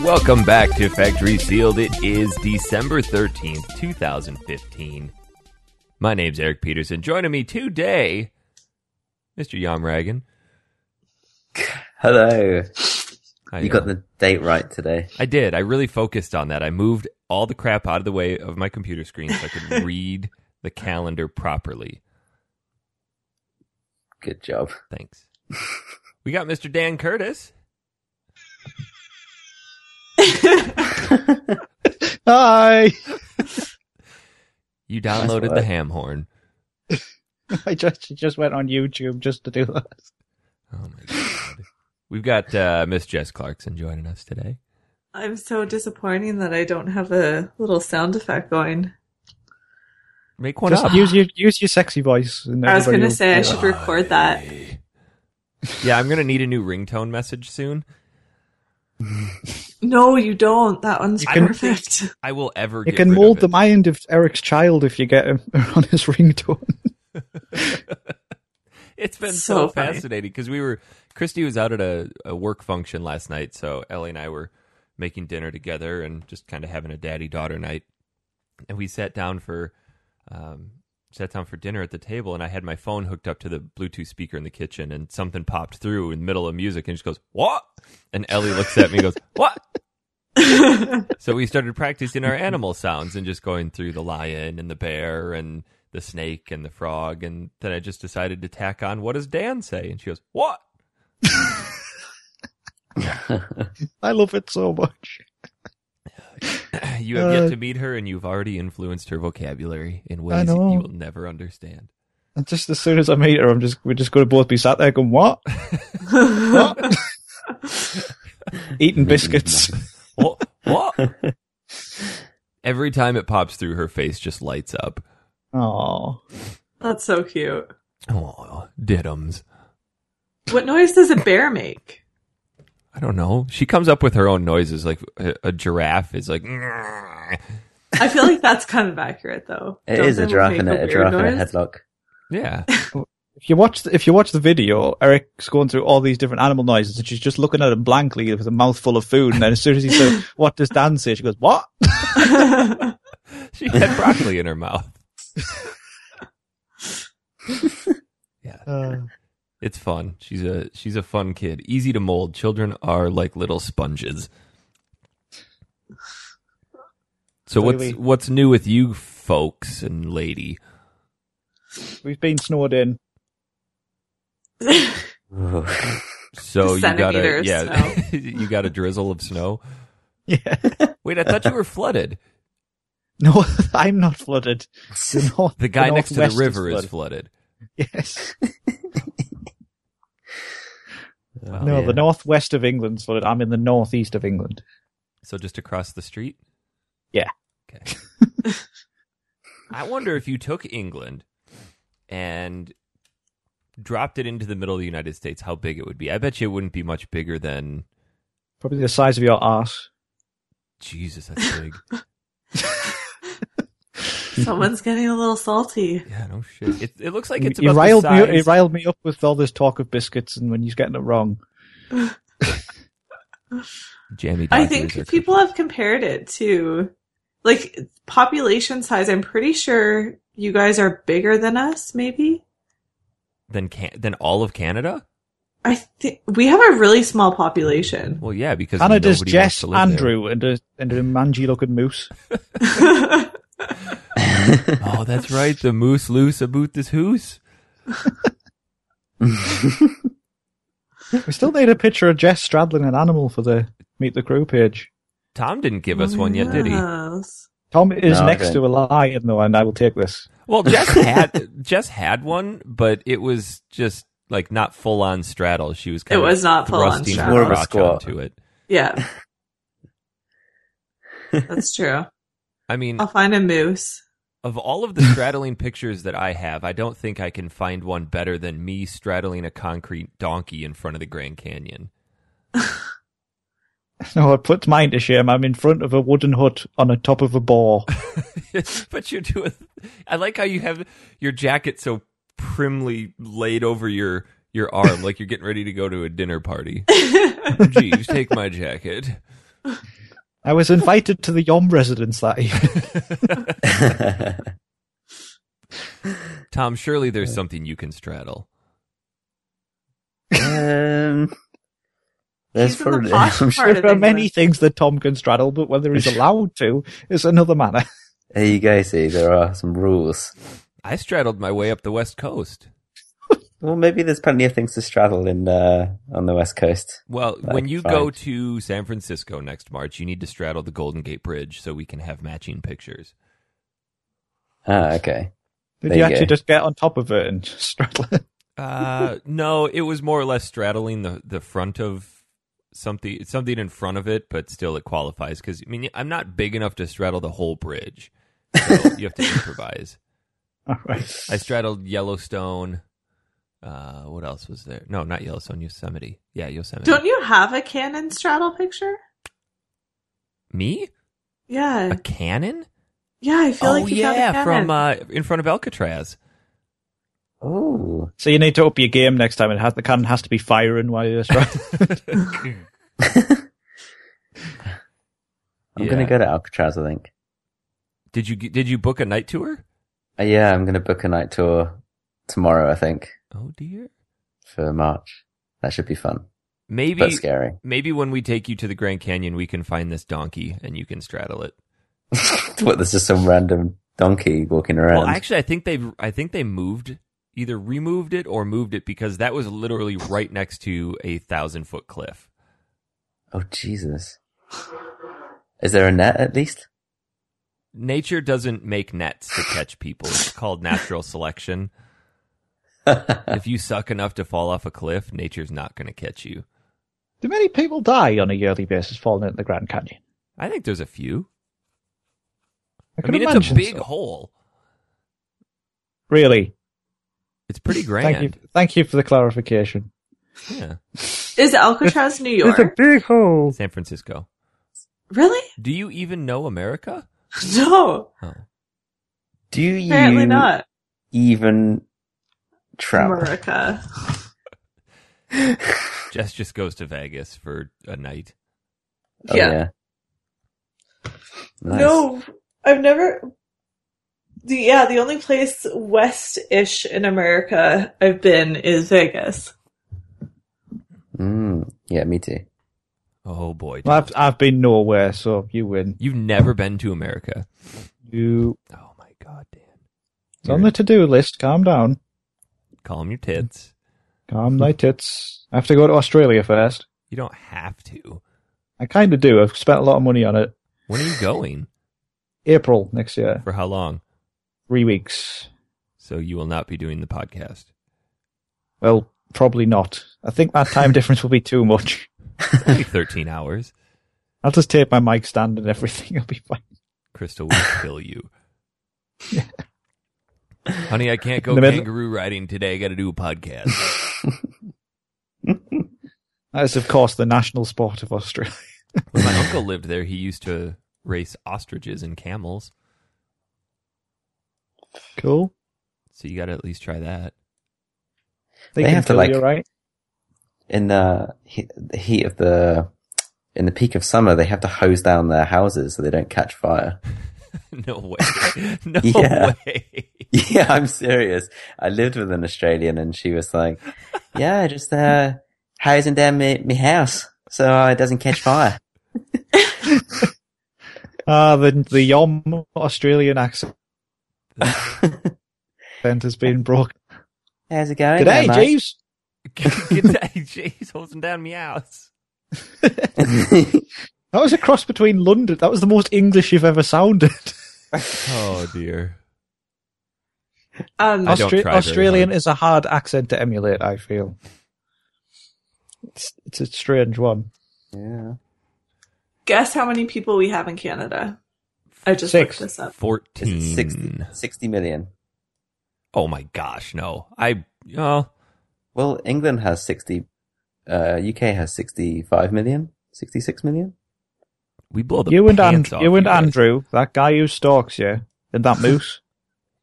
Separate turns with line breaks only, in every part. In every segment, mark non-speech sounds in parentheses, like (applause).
Welcome back to Factory Sealed. It is December 13th, 2015. My name's Eric Peterson. Joining me today, Mr. Yomragan.
Hello.
Hi,
You
Yom.
got the date right today.
uh, I did. I really focused on that. I moved all the crap out of the way of my computer screen so I
(laughs)
could read the calendar properly.
Good job. (laughs)
Thanks. We got Mr. Dan Curtis.
Hi.
You downloaded the
right.
ham horn.
(laughs) I just just went on YouTube just to do that.
Oh my god. We've got uh, Miss Jess Clarkson joining us today.
I'm so disappointing that I don't have a little sound effect going.
Make one
just
up.
use your use your sexy voice. And
I was
everybody
going to
will-
say I should record that.
Yeah, I'm gonna need a new ringtone message soon.
No, you don't. That one's
I don't
perfect. (laughs)
I will ever.
You
get
can
rid
mold
of
the
it.
mind of Eric's child if you get him (laughs) on his ringtone.
It's been so,
So funny.
fascinating because we were Christy was out at a, a work function last night, so Ellie and I were making dinner together and just kind of having a daddy daughter night. And we sat down for um, sat down for dinner at the table, and I had my phone hooked up to the Bluetooth speaker in the kitchen, and something popped through in the middle of music, and she goes, "What?" And Ellie looks at me, and goes, "What?" so we started practicing our animal sounds and just going through the lion and the bear and the snake and the frog and then i just decided to tack on what does dan say and she goes what (laughs)
I love it so much.
you have yet
Uh,
to meet her and you've already influenced her vocabulary in ways
I
that
know.
you will never understand
And just as soon as I meet her, I'm just we're just going to both be sat there
(laughs)
going what? What? Eating biscuits.
what what
(laughs)
every time it pops through her face just lights up
Oh,
That's so cute.
oh diddums
What noise does a bear make?
i don't know she comes up with her own noises like a, a giraffe is like (laughs) "Grrr."
I feel like that's kind of accurate though.
It
Don't
is a
they
giraffe
make
in a, a
weird
giraffe in a
noise?
headlock.
yeah
if you watch the, if you watch the video, Eric's going through all these different animal noises, and she's just looking at him blankly with a mouthful of food. And then as soon as he says, (laughs) "What does Dan say?" she goes, "What?"
She had broccoli in her mouth. yeah,
Uh,
it's fun. She's a she's a fun kid. Easy to mold. Children are like little sponges. So
Wait,
what's
wait.
what's new with you folks and lady?
we've been snowed in.
(laughs)
Ooh. (laughs)
So you got a
Centimeters,
yeah, (laughs) you got a drizzle of snow.
Yeah.
Wait, I thought you were flooded.
(laughs) No, I'm not flooded. The, north,
The guy next to the
northwest
river is flooded.
Yes.
(laughs) Wow.
no,
yeah.
the northwest of England's flooded. I'm in the northeast of England.
So just across the street?
Yeah.
Okay. (laughs) I wonder if you took England and dropped it into the middle of the United States, how big it would be. I bet you it wouldn't be much bigger than
Probably the size of your ass.
Jesus, that's big.
(laughs)
(laughs)
Someone's getting a little salty.
yeah, no shit. It, it looks like
You-
it's
you
about
riled
the size.
me. You riled me up with all this talk of biscuits, and when he's getting it wrong,
Jammy
I
Dodgers are
think people have compared it to like population size. I'm pretty sure you guys are bigger than us, maybe.
than can than all of Canada.
I think we have a really small population.
Well, yeah, because
Canada's
nobody wants
Jess,
to live there.
Andrew, and a and a mangy-looking moose.
Oh, that's right. The moose loose about this hoose.
We still need a picture of Jess straddling an animal for the meet the crew page.
Tom didn't (laughs) give us one yet, did he?
Yes.
Tom is
No,
next
okay.
to a lion, though, and I will take this.
(laughs)
Well, Jess had Jess had one, but it was just like not full on straddle. She was kind
It
of
was not full on
thrusting
straddle.
straddle.
More
her
of a
crotch
squat.
onto it.
Yeah.
(laughs)
That's true.
I mean,
I'll find a moose.
of all
(laughs)
of the straddling pictures that I have, I don't think I can find one better than me straddling a concrete donkey in front of the Grand Canyon. (laughs)
No, Oh, I put mine to shame. I'm in front of a wooden hut on the top of a boar.
but you're doing. I like how you have your jacket so primly laid over your
(laughs)
your arm, like you're getting ready to go to a dinner party. Jeeves, take my jacket.
I was invited to the Yom residence that evening.
Tom, surely there's something you can straddle.
um, there's
(laughs) He's in the
probably (laughs)
posh
I'm
part
sure,
of
There are many
England.
things that Tom can straddle, but whether (laughs) he's allowed to is another matter.
there you go. See, there are some rules.
I straddled my way up the West Coast.
Well, maybe there's plenty of things to straddle in uh, on the west coast.
Well,
That's
when you go
fine.
to San Francisco next March, you need to straddle the Golden Gate Bridge so we can have matching pictures.
Ah, okay.
Did
There you
you actually
go.
just get on top of it and (laughs) just straddle it?
Uh, no, it was more or less straddling the the front of something something in front of it, but still it qualifies because I mean I'm not big enough to straddle the whole bridge. So you have to improvise.
All right.
I straddled Yellowstone. Uh, what else was there? No, not Yellowstone, Yosemite. Yeah, Yosemite.
Don't you have a cannon straddle picture?
Me?
Yeah.
A cannon?
Yeah, I feel
oh
like you have
yeah,
a cannon.
from uh, in front of Alcatraz. (laughs)
Oh,
So you need to up your game next time. It has the cannon has to be firing while you're straddling.
I'm
Yeah.
gonna go to Alcatraz. I think.
Did you did you book a night tour?
Uh, yeah, I'm gonna book a night tour tomorrow. I think
Oh dear.
for March. That should be fun, but
Maybe
scary.
maybe when we take you to the Grand Canyon, we can find this donkey and you can straddle it.
(laughs) what? There's just some random donkey walking around.
Well, actually, I think they have I think they moved either removed it or moved it because that was literally right next to a thousand foot cliff.
oh Jesus! Is there a net at least? (laughs)
Nature doesn't make nets to catch people. It's called natural selection. if you suck enough to fall off a cliff, nature's not going to catch you.
(laughs) Do many people die on a yearly basis falling into the Grand Canyon?
I think there's a few.
I,
I
can
mean, it's a
imagine
big
so.
hole.
Really.
It's pretty
(laughs) Thank you.
grand.
Thank you for the clarification.
Yeah.
Is
(laughs)
Alcatraz New York?
big hole.
San Francisco.
Really? (laughs)
Do you even know America?
No.
Oh.
Do you
Apparently not.
even travel?
America.
Jess just goes to Vegas for a night.
Oh,
yeah.
Nice.
No, I've never. The, yeah, the only place west-ish in America I've been is Vegas.
Mm, yeah, me too.
Oh boy.
Well, I've, I've been nowhere, so you win.
You've never been to America.
You.
Oh my god, Dan.
It's on the to do list. Calm down.
Calm your tits.
Calm
Hmm.
thy tits. I have to go to Australia first.
You don't have to.
I kind of do. I've spent a lot of money on it.
When are you going?
April next year.
For how long?
Three weeks.
So you will not be doing the podcast.
Well, probably not. I think that time (laughs) difference will be too much.
It's only 13 hours.
I'll just tape my mic stand and everything. (laughs) I'll be fine.
Crystal
(laughs)
will kill you. Honey, I can't go
In the middle-
kangaroo riding today. I got to do a podcast.
That is, of course, the national sport of Australia. (laughs)
When my uncle lived there, he used to race ostriches and camels.
Cool.
So you got to at least try that. (laughs)
They,
They
can
have to,
kill
like-
you, right?
In the heat, the heat of the, in the peak of summer, they have to hose down their houses so they don't catch fire.
No way. (laughs) No
Yeah.
way. (laughs)
(laughs) Yeah, I'm serious. I lived with an Australian and she was like, yeah, just, uh, hosing down my, my house so uh, it doesn't catch fire. (laughs)
Ah, the the Yom Australian accent has been broken.
How's it going? Yeah,
G'day,
mate.
Jeeves.
(laughs) G'day, Jeez, holding down my house.
That was a cross between London. That was the most English you've ever sounded. (laughs)
Oh dear.
Um,
I don't
Austra-
try very
Australian
hard.
is a hard accent to emulate. I feel. It's it's a strange one.
(laughs) yeah.
guess how many people we have in Canada? I just
Six.
looked this up.
Is it
14.
60, 60 million?
Oh my gosh, no. I oh,
Well, England has 60, uh, UK has 65 million, 66 million.
we blow the
you and
pants
Andrew,
off
you and
guys.
Andrew, that guy who stalks you, and
(laughs)
that moose.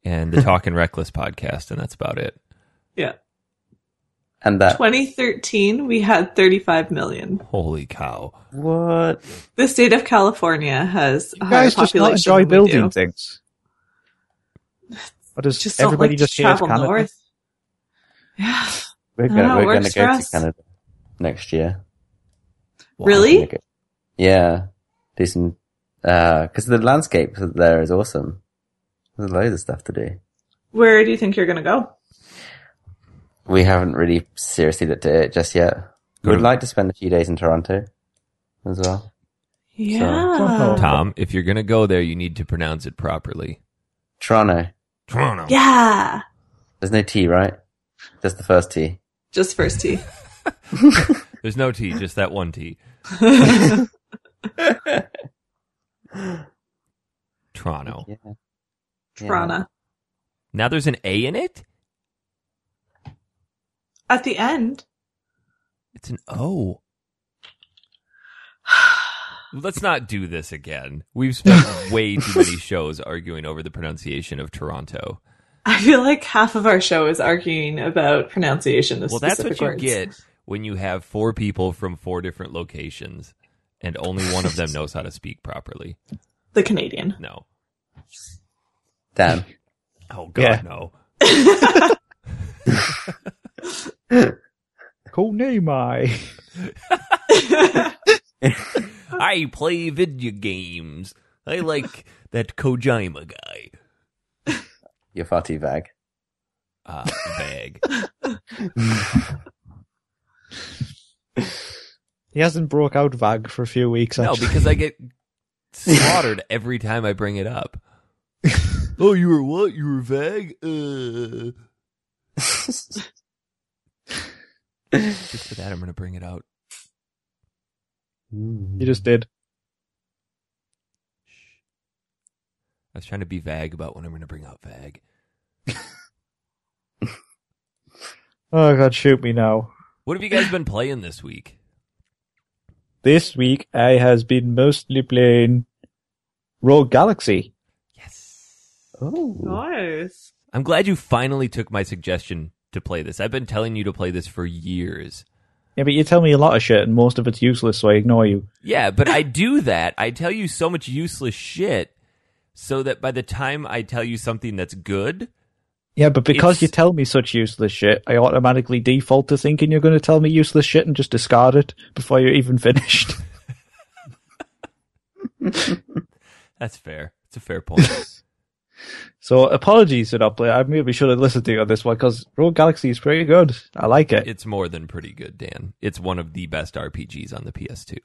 and the Talking Reckless podcast and that's about it.
Yeah.
And
Uh,
that
2013, we had 35 million.
Holy cow!
what?
The state of California has a
You
higher
guys just not
population.
enjoy
than we do.
building things. Or does
Just don't
everybody
like
just
to
hate
travel
Canada?
north. Yeah.
We're
No,
gonna we're gonna
it Ah, works
go
for
to
us.
Canada next year.
Wow.
Really?
Yeah, do some because the landscape there is awesome. There's loads of stuff to do.
Where do you think you're going to go?
We haven't really seriously looked at it just yet.
Go
We'd
to-
like to spend a few days in Toronto as well.
Yeah.
Tom, if you're gonna go there, you need to pronounce it properly.
Toronto.
Toronto.
Yeah.
There's no T, right? Just the first T.
Just first tee.
There's no T, just that one
(laughs)
T. Toronto.
Yeah. Yeah.
Toronto.
Now there's an A in it.
At the end.
It's an O. Let's not do this again. We've spent
(laughs)
way too many shows arguing over the pronunciation of Toronto.
I feel like half of our show is arguing about pronunciation of
Well, that's
specific
what you
words.
get when you have four people from four different locations and only one
(laughs)
of them knows how to speak properly.
The
(laughs)
Canadian.
No.
Dan.
Oh, God,
Yeah.
no.
Cool name, I. (laughs)
I play video games. I like that Kojima guy.
You're far too vague.
Uh, bag.
He hasn't broke out Vag for a few weeks.
No,
Actually.
because I get slaughtered every time I bring it up. oh, you were what? You were vague? Uh. Just for that, I'm going to bring it out.
you just did.
I was trying to be vague about when I'm going to bring out vague.
Oh god, shoot me now.
What have you guys been playing this week?
This week I has been mostly playing Rogue Galaxy.
Yes.
Oh.
nice.
I'm glad you finally took my suggestion to play this. I've been telling you to play this for years.
Yeah, but you tell me a lot of shit, and most of it's useless, so I ignore you.
Yeah, but I do that. I tell you so much useless shit so that by the time I tell you something that's good,
Yeah, but because
It's-
you tell me such useless shit, I automatically default to thinking you're going to tell me useless shit and just discard it before you're even (laughs) finished.
that's fair. It's a fair point.
(laughs) so apologies for not playing. I maybe should have listened to you on this one because Rogue Galaxy is pretty good. I like it.
it's more than pretty good, Dan. It's one of the best RPGs on the PS2.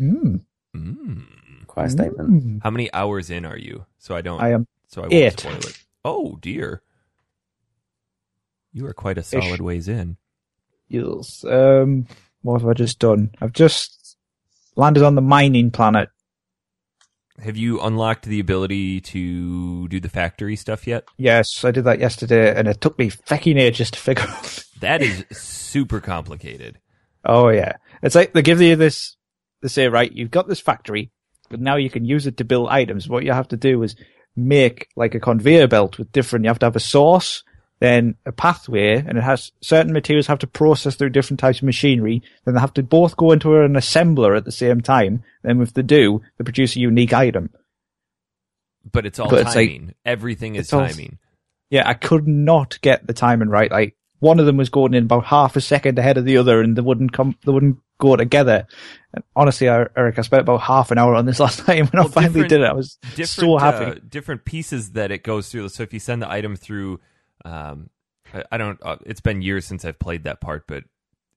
Mm.
Mm.
Quite a statement.
Mm.
How many hours in are you? So I don't.
I am.
so I won't
it.
spoil it. Oh dear. You are quite a solid ways in.
Yes. Um, what have I just done? I've just landed on the mining planet.
Have you unlocked the ability to do the factory stuff yet?
Yes, I did that yesterday, and it took me fucking ages to figure (laughs) out.
That is super complicated.
Oh yeah, it's like they give you this. They say, right, you've got this factory, but now you can use it to build items. What you have to do is make like a conveyor belt with different. You have to have a source, then a pathway, and it has certain materials have to process through different types of machinery. Then they have to both go into an assembler at the same time. Then if they do, they produce a unique item.
But it's all
But it's like-
timing. Everything is
it's all-
timing.
Yeah, I could not get the timing right. Like one of them was going in about half a second ahead of the other, and they wouldn't come. They wouldn't go together. And honestly, I, Eric, I spent about half an hour on this (laughs) last time, and
Well,
I finally
different-
did it. I was
different
so happy.
uh, different pieces that it goes through. So if you send the item through, um, I, I don't. Uh, it's been years since I've played that part, but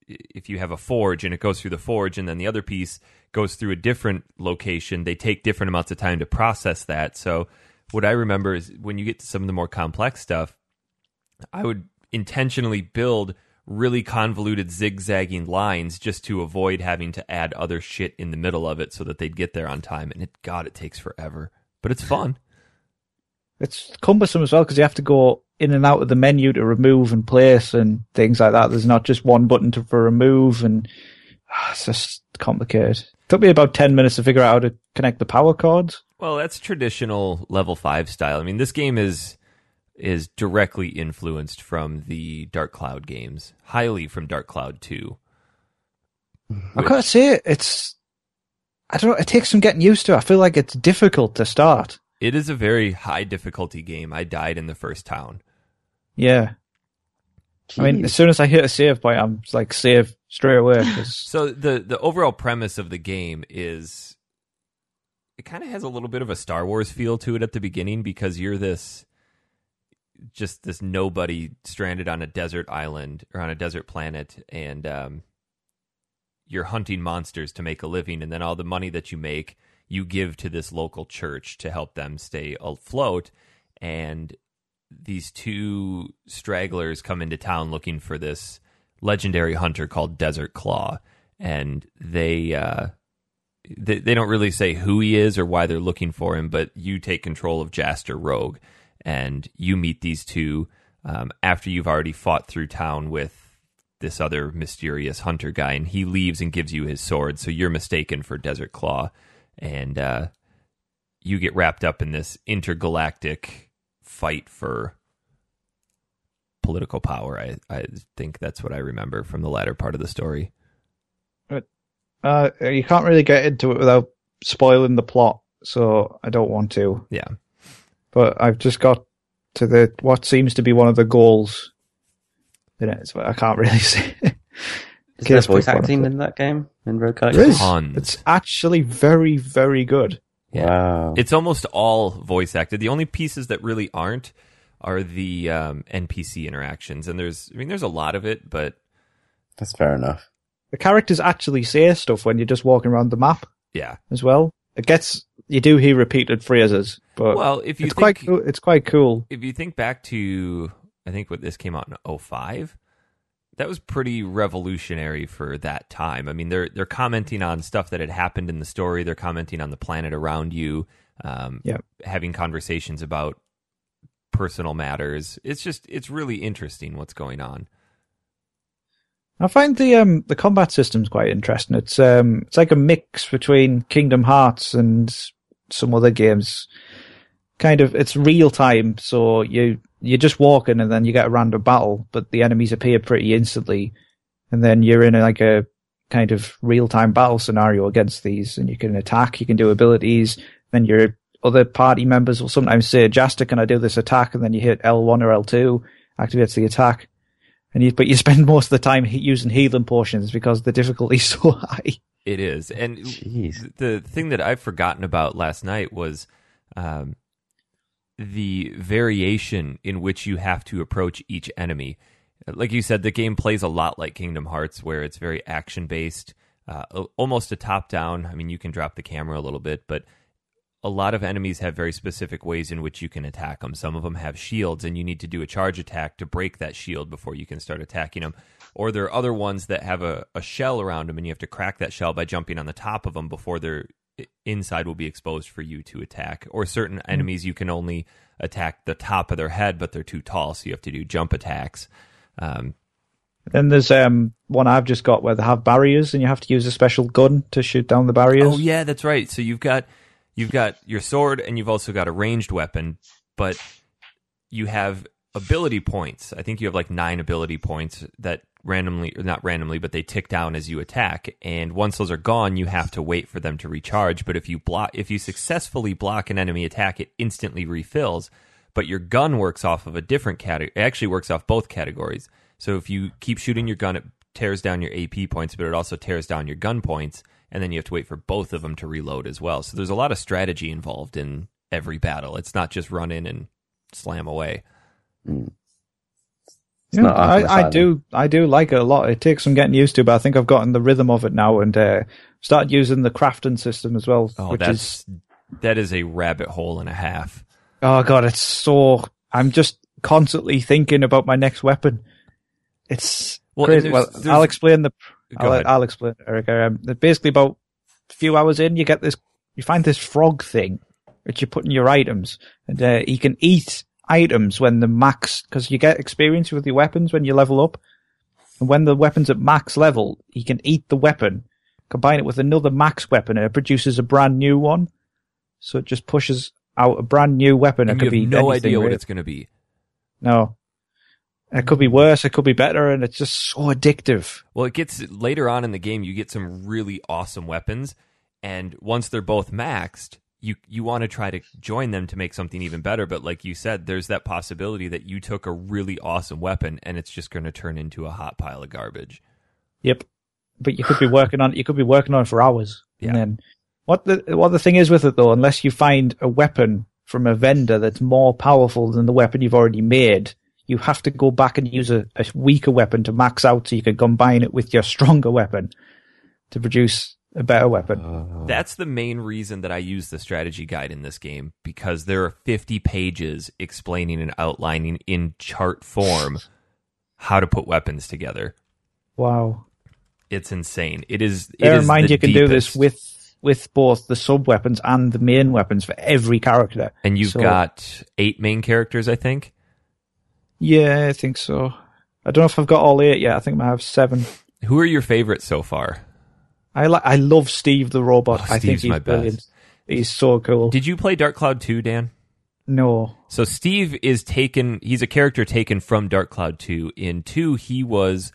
i- if you have a forge and it goes through the forge, and then the other piece goes through a different location, they take different amounts of time to process that. So what I remember is when you get to some of the more complex stuff, I would intentionally build really convoluted zigzagging lines just to avoid having to add other shit in the middle of it so that they'd get there on time and it god it takes forever but it's fun
it's cumbersome as well because you have to go in and out of the menu to remove and place and things like that. There's not just one button to for remove, and (sighs) ah, it's just complicated. took me about ten minutes to figure out how to connect the power cords.
well that's traditional level 5 style i mean this game is is directly influenced from the Dark Cloud games, highly from Dark Cloud 2.
I gotta say, it's. I don't. know, It takes some getting used to. I feel like it's difficult to start.
It is a very high difficulty game. I died in the first town.
Yeah. I mean, as soon as I hit a save point, I'm like save straight away. 'cause-
So the the overall premise of the game is it kind of has a little bit of a Star Wars feel to it at the beginning because you're this just this nobody stranded on a desert island or on a desert planet and um you're hunting monsters to make a living and then all the money that you make you give to this local church to help them stay afloat and these two stragglers come into town looking for this legendary hunter called Desert Claw, and they uh, they, they don't really say who he is or why they're looking for him, but you take control of Jaster Rogue, and you meet these two um, after you've already fought through town with this other mysterious hunter guy, and he leaves and gives you his sword, so you're mistaken for Desert Claw, and uh, you get wrapped up in this intergalactic fight for political power. I, I think that's what I remember from the latter part of the story.
(laughs) Uh, you can't really get into it without spoiling the plot, so I don't want to.
Yeah.
But I've just got to the what seems to be one of the goals. In it, so I can't really (laughs) say.
Is
Okay,
there
let's
voice
pick one of
acting
them.
in that game? In Rogue Galactic?
There is.
Tons.
It's actually very, very good.
Yeah.
Wow.
It's almost all voice acted. The only pieces that really aren't are the um, NPC interactions, and there's I mean there's a lot of it, but
That's fair enough.
The characters actually say stuff when you're just walking around the map
yeah.
as well. It gets you do hear repeated phrases, but
Well, if you think,
it's quite cool. It's quite cool.
if you think back to I think what this came out in 05, that was pretty revolutionary for that time. I mean, they're they're commenting on stuff that had happened in the story. They're commenting on the planet around you, um,
Yeah.
having conversations about personal matters. It's just it's really interesting what's going on.
I find the um the combat system's quite interesting. It's um it's like a mix between Kingdom Hearts and some other games. Kind of it's real time, so you you're just walking and then you get a random battle, but the enemies appear pretty instantly, and then you're in like a kind of real time battle scenario against these, and you can attack, you can do abilities, then your other party members will sometimes say, "Jasta, can I do this attack?" and then you hit L one or L two, activates the attack and you, but you spend (laughs) most of the time he- using healing potions because the difficulty's (laughs) so high.
It is, and
Jeez.
the thing that I've forgotten about last night was um, the variation in which you have to approach each enemy. Like you said, the game plays a lot like Kingdom Hearts, where it's very action based, uh, al- almost a top down. I mean, you can drop the camera a little bit, but a lot of enemies have very specific ways in which you can attack them. Some of them have shields, and you need to do a charge attack to break that shield before you can start attacking them. Or there are other ones that have a, a shell around them, and you have to crack that shell by jumping on the top of them before their i- inside will be exposed for you to attack. Or certain enemies you can only attack the top of their head, but they're too tall, so you have to do jump attacks. Um,
Then there's um one I've just got where they have barriers and you have to use a special gun to shoot down the barriers.
Oh yeah, that's right. So you've got you've got your sword and you've also got a ranged weapon, but you have ability points. I think you have like 9 ability points that randomly or not randomly, but they tick down as you attack and once those are gone, you have to wait for them to recharge, but if you block if you successfully block an enemy attack, it instantly refills. But your gun works off of a different category. It actually works off both categories. So if you keep shooting your gun, it tears down your AP points, but it also tears down your gun points and then you have to wait for both of them to reload as well. So there's a lot of strategy involved in every battle. It's not just run in and slam away.
Yeah,
not Arkham
I, I
Asylum.
do I do like it a lot. It takes some getting used to, but I think I've gotten the rhythm of it now and uh, started using the crafting system as well,
Oh,
which is
that's that is a rabbit hole and a half.
Oh god, it's so. I'm just constantly thinking about my next weapon. It's
Well, and
crazy.
there's-
Well,
there's-
I'll explain the.
Go
I'll,
ahead.
I'll explain, Eric. Um, basically, about a few hours in, you get this. You find this frog thing, which you put in your items, and uh, you can eat items when the max because you get experience with your weapons when you level up, and when the weapon's at max level, you can eat the weapon, combine it with another max weapon, and it produces a brand new one. So it just pushes out a brand new weapon.
And
it
you
could
have
be
no
anything,
idea what
really.
it's going to be.
No. It could be worse. It could be better. And it's just so addictive.
Well, it gets later on in the game, you get some really awesome weapons, and once they're both maxed, you you want to try to join them to make something even better. But like you said, there's that possibility that you took a really awesome weapon and it's just going to turn into a hot pile of garbage.
Yep. But you could be working on, you could be working on it for hours.
Yeah.
And then what the, what the thing is with it though, unless you find a weapon from a vendor that's more powerful than the weapon you've already made, you have to go back and use a, a weaker weapon to max out so you can combine it with your stronger weapon to produce a better weapon.
Uh, That's the main reason that I use the strategy guide in this game because there are 50 pages explaining and outlining in chart
(laughs)
form how to put weapons together.
Wow.
It's insane. It is. it
Bear in
is
mind,
the
you can do this
deepest.
with with both the sub weapons and the main weapons for every character.
and you've
so-
got eight main characters, I think.
Yeah, I think so. I don't know if I've got all eight yet. I think I have seven.
Who are your favorites so far?
I li- I love Steve the robot.
Oh,
I think
Steve's
he's
my best.
brilliant. He's so cool.
Did you play Dark Cloud 2, Dan?
no,
So Steve is taken. He's a character taken from Dark Cloud Two. In two, he was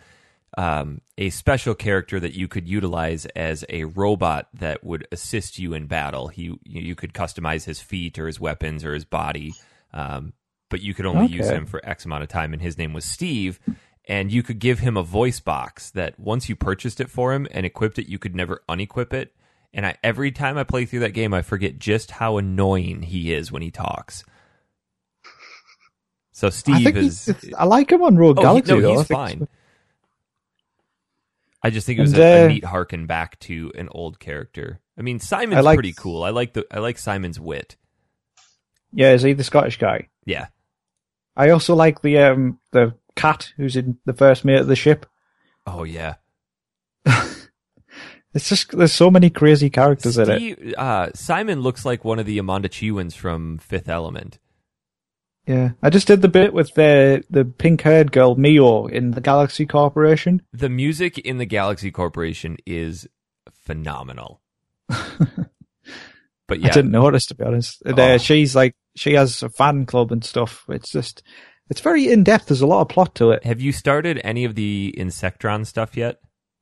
um, a special character that you could utilize as a robot that would assist you in battle. He you could customize his feet or his weapons or his body, um, but you could only use
Okay.
him for X amount of time. And his name was Steve. And you could give him a voice box that once you purchased it for him and equipped it, you could never unequip it. And I, every time I play through that game, I forget just how annoying he is when he talks. So
I
Steve
think
is.
he's, I like him on Rogue
Oh, he-
Galaxy.
no,
though. I
he's
think
fine.
so.
I just think it was
And,
a, a
uh,
neat harken back to an old character. I mean, Simon's
I like-
pretty cool. I like the I like Simon's wit.
Yeah, is he the Scottish guy?
Yeah,
I also like the um the cat who's in the first mate of the ship.
Oh yeah,
It's just there's so many crazy characters in it.
Steve- uh, Simon looks like one of the Amanda Chewins from Fifth Element.
Yeah, I just did the bit with the the pink haired girl Mio in the Galaxy Corporation.
The music in the Galaxy Corporation is
(laughs)
phenomenal. but yeah,
I didn't notice to be honest. And, uh,
Oh.
she's like she has a fan club and stuff. It's just it's very in depth. There's a lot of plot to it.
have you started any of the Insectron stuff yet?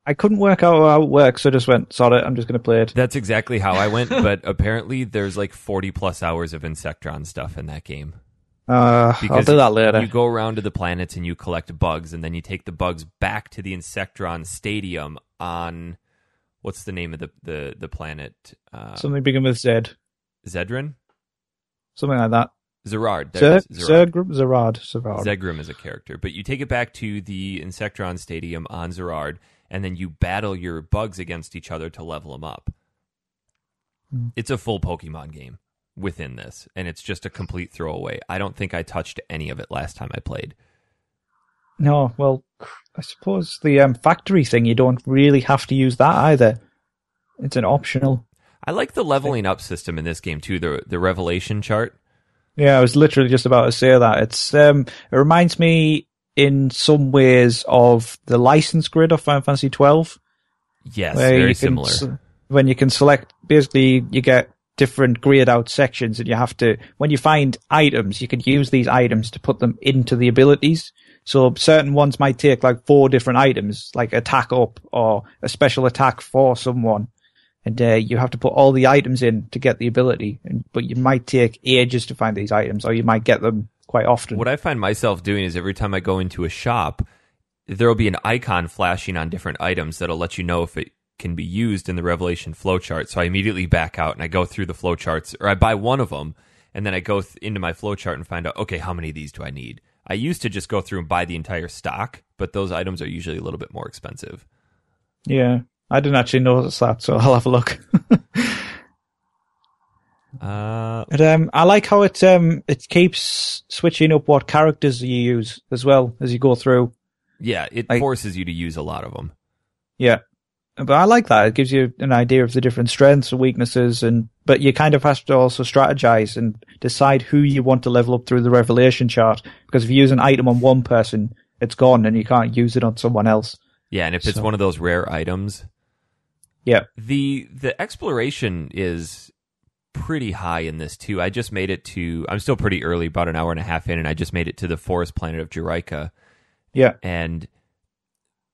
I couldn't work out how it works, so I just went, "Sod it, I'm just going to play it."
(laughs) That's exactly how I went. but apparently, there's like 40 plus hours of Insectron stuff in that game.
Uh, I'll
Because
do that later.
You go around to the planets and you collect bugs, and then you take the bugs back to the Insectron Stadium on what's the name of the the the planet? Uh,
Something begin with Z,
Zedrin,
something like that.
Zerard. There
Zer-
it is, Zerard.
Zergr- Zerard, Zerard.
Zegrim is a character, but you take it back to the Insectron Stadium on Zerard, and then you battle your bugs against each other to level them up.
Hmm.
It's a full Pokemon game within this, and it's just a complete throwaway. I don't think I touched any of it last time I played.
No, well, I suppose the um, factory thing you don't really have to use that either. It's an optional.
I like the leveling up system in this game too. The the revelation chart.
Yeah, I was literally just about to say that. It's um, it reminds me in some ways of the license grid of Final Fantasy twelve.
Yes,
where
very
you can
similar.
s- when you can select, basically, you get different grayed out sections, and you have to, when you find items, you can use these items to put them into the abilities. So certain ones might take like four different items, like attack up or a special attack for someone. And uh, you have to put all the items in to get the ability, and, but you might take ages to find these items, or you might get them quite
(laughs)
often.
what I find myself doing is every time I go into a shop, there'll be an icon flashing on different items that'll let you know if it can be used in the revelation flowchart. So I immediately back out and I go through the flowcharts, or I buy one of them, and then I go th- into my flowchart and find out, okay, how many of these do I need? I used to just go through and buy the entire stock, but those items are usually a little bit more expensive.
yeah, I didn't actually notice that, so I'll have a look. (laughs)
Uh,
But um, I like how it um it keeps switching up what characters you use as well as you go through.
yeah, it
I-
forces you to use a lot of them.
Yeah, but I like that. It gives you an idea of the different strengths and weaknesses, and but you kind of have to also strategize and decide who you want to level up through the revelation chart. Because if you use an item on one person, it's gone, and you can't use it on someone else.
Yeah, and if it's
So-
one of those rare items,
Yeah.
the the exploration is pretty high in this too. I just made it to. I'm still pretty early, about an hour and a half in, and I just made it to the forest planet of Jurica.
Yeah.
And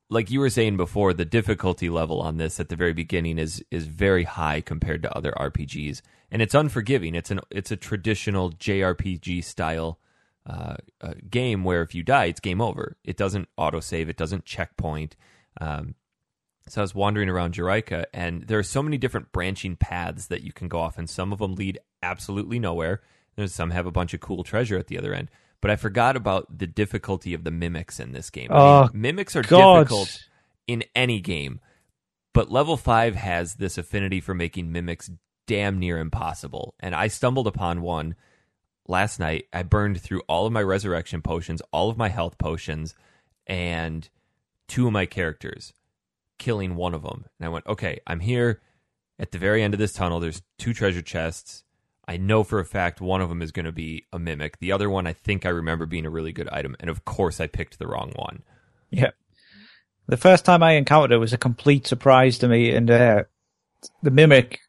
like you were saying before, the difficulty level on this at the very beginning is is very high compared to other RPGs, and it's unforgiving. It's an it's a traditional JRPG style uh, uh, game where if you die, it's game over. It doesn't autosave. It doesn't checkpoint. Um, so I was wandering around Jurica, and there are so many different branching paths that you can go off, and some of them lead absolutely nowhere. There's some have a bunch of cool treasure at the other end. But I forgot about the difficulty of the mimics in this game.
Oh,
mimics are
God.
difficult in any game, but level five has this affinity for making mimics damn near impossible. And I stumbled upon one last night. I burned through all of my resurrection potions, all of my health potions, and two of my characters, killing one of them. And I went, okay, I'm here at the very end of this tunnel. There's two treasure chests. I know for a fact one of them is going to be a mimic. The other one, I think I remember being a really good item. And of course, I picked the wrong one.
Yeah. The first time I encountered it was a complete surprise to me, and uh, the mimic.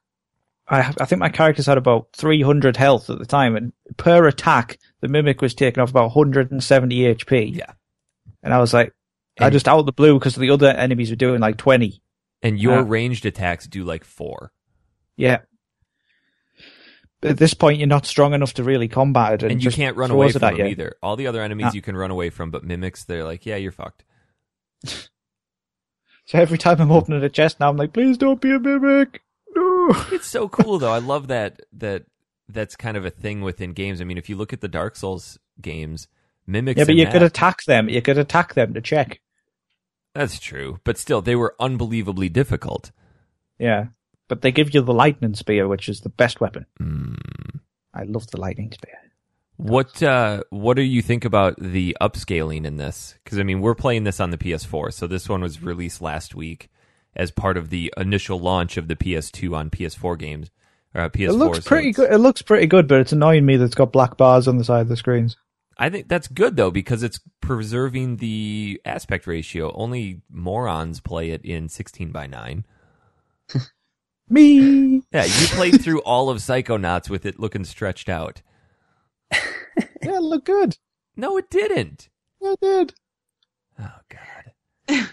I, I think my characters had about 300 health at the time, and per attack, the mimic was taking off about 170 HP.
Yeah.
And I was like, I
And-
just out of the blue because the other enemies were doing like 20.
And your
Yeah.
ranged attacks do like four.
Yeah. But at this point, you're not strong enough to really combat it, and,
And, you
just
can't run
throws
away
it
from
at
them
you.
either. All the other enemies
Ah.
you can run away from, but mimics, they're like, yeah, you're fucked.
So every time I'm opening a chest now, I'm like, please don't be a mimic. No.
It's so cool though. I love that that that's kind of a thing within games. I mean, if you look at the Dark Souls games, mimics.
Yeah, but
in
you
that-
could attack them. You could attack them to check.
That's true, but still, they were unbelievably difficult.
Yeah. But they give you the lightning spear, which is the best weapon.
Mm.
I love the lightning spear.
What uh, What do you think about the upscaling in this? Because I mean, we're playing this on the PS4, so this one was released last week as part of the initial launch of the PS2 on PS4 games. Or uh, PS4,
it looks
so
pretty
it's-
good. It looks pretty good, but it's annoying me that it's got black bars on the side of the screens.
I think that's good though because it's preserving the aspect ratio. Only morons play it in 16 by 9. (laughs)
Me.
Yeah, you
(laughs)
played through all of Psychonauts with it looking stretched out.
Yeah, it looked good.
No, it didn't.
Yeah, it did.
Oh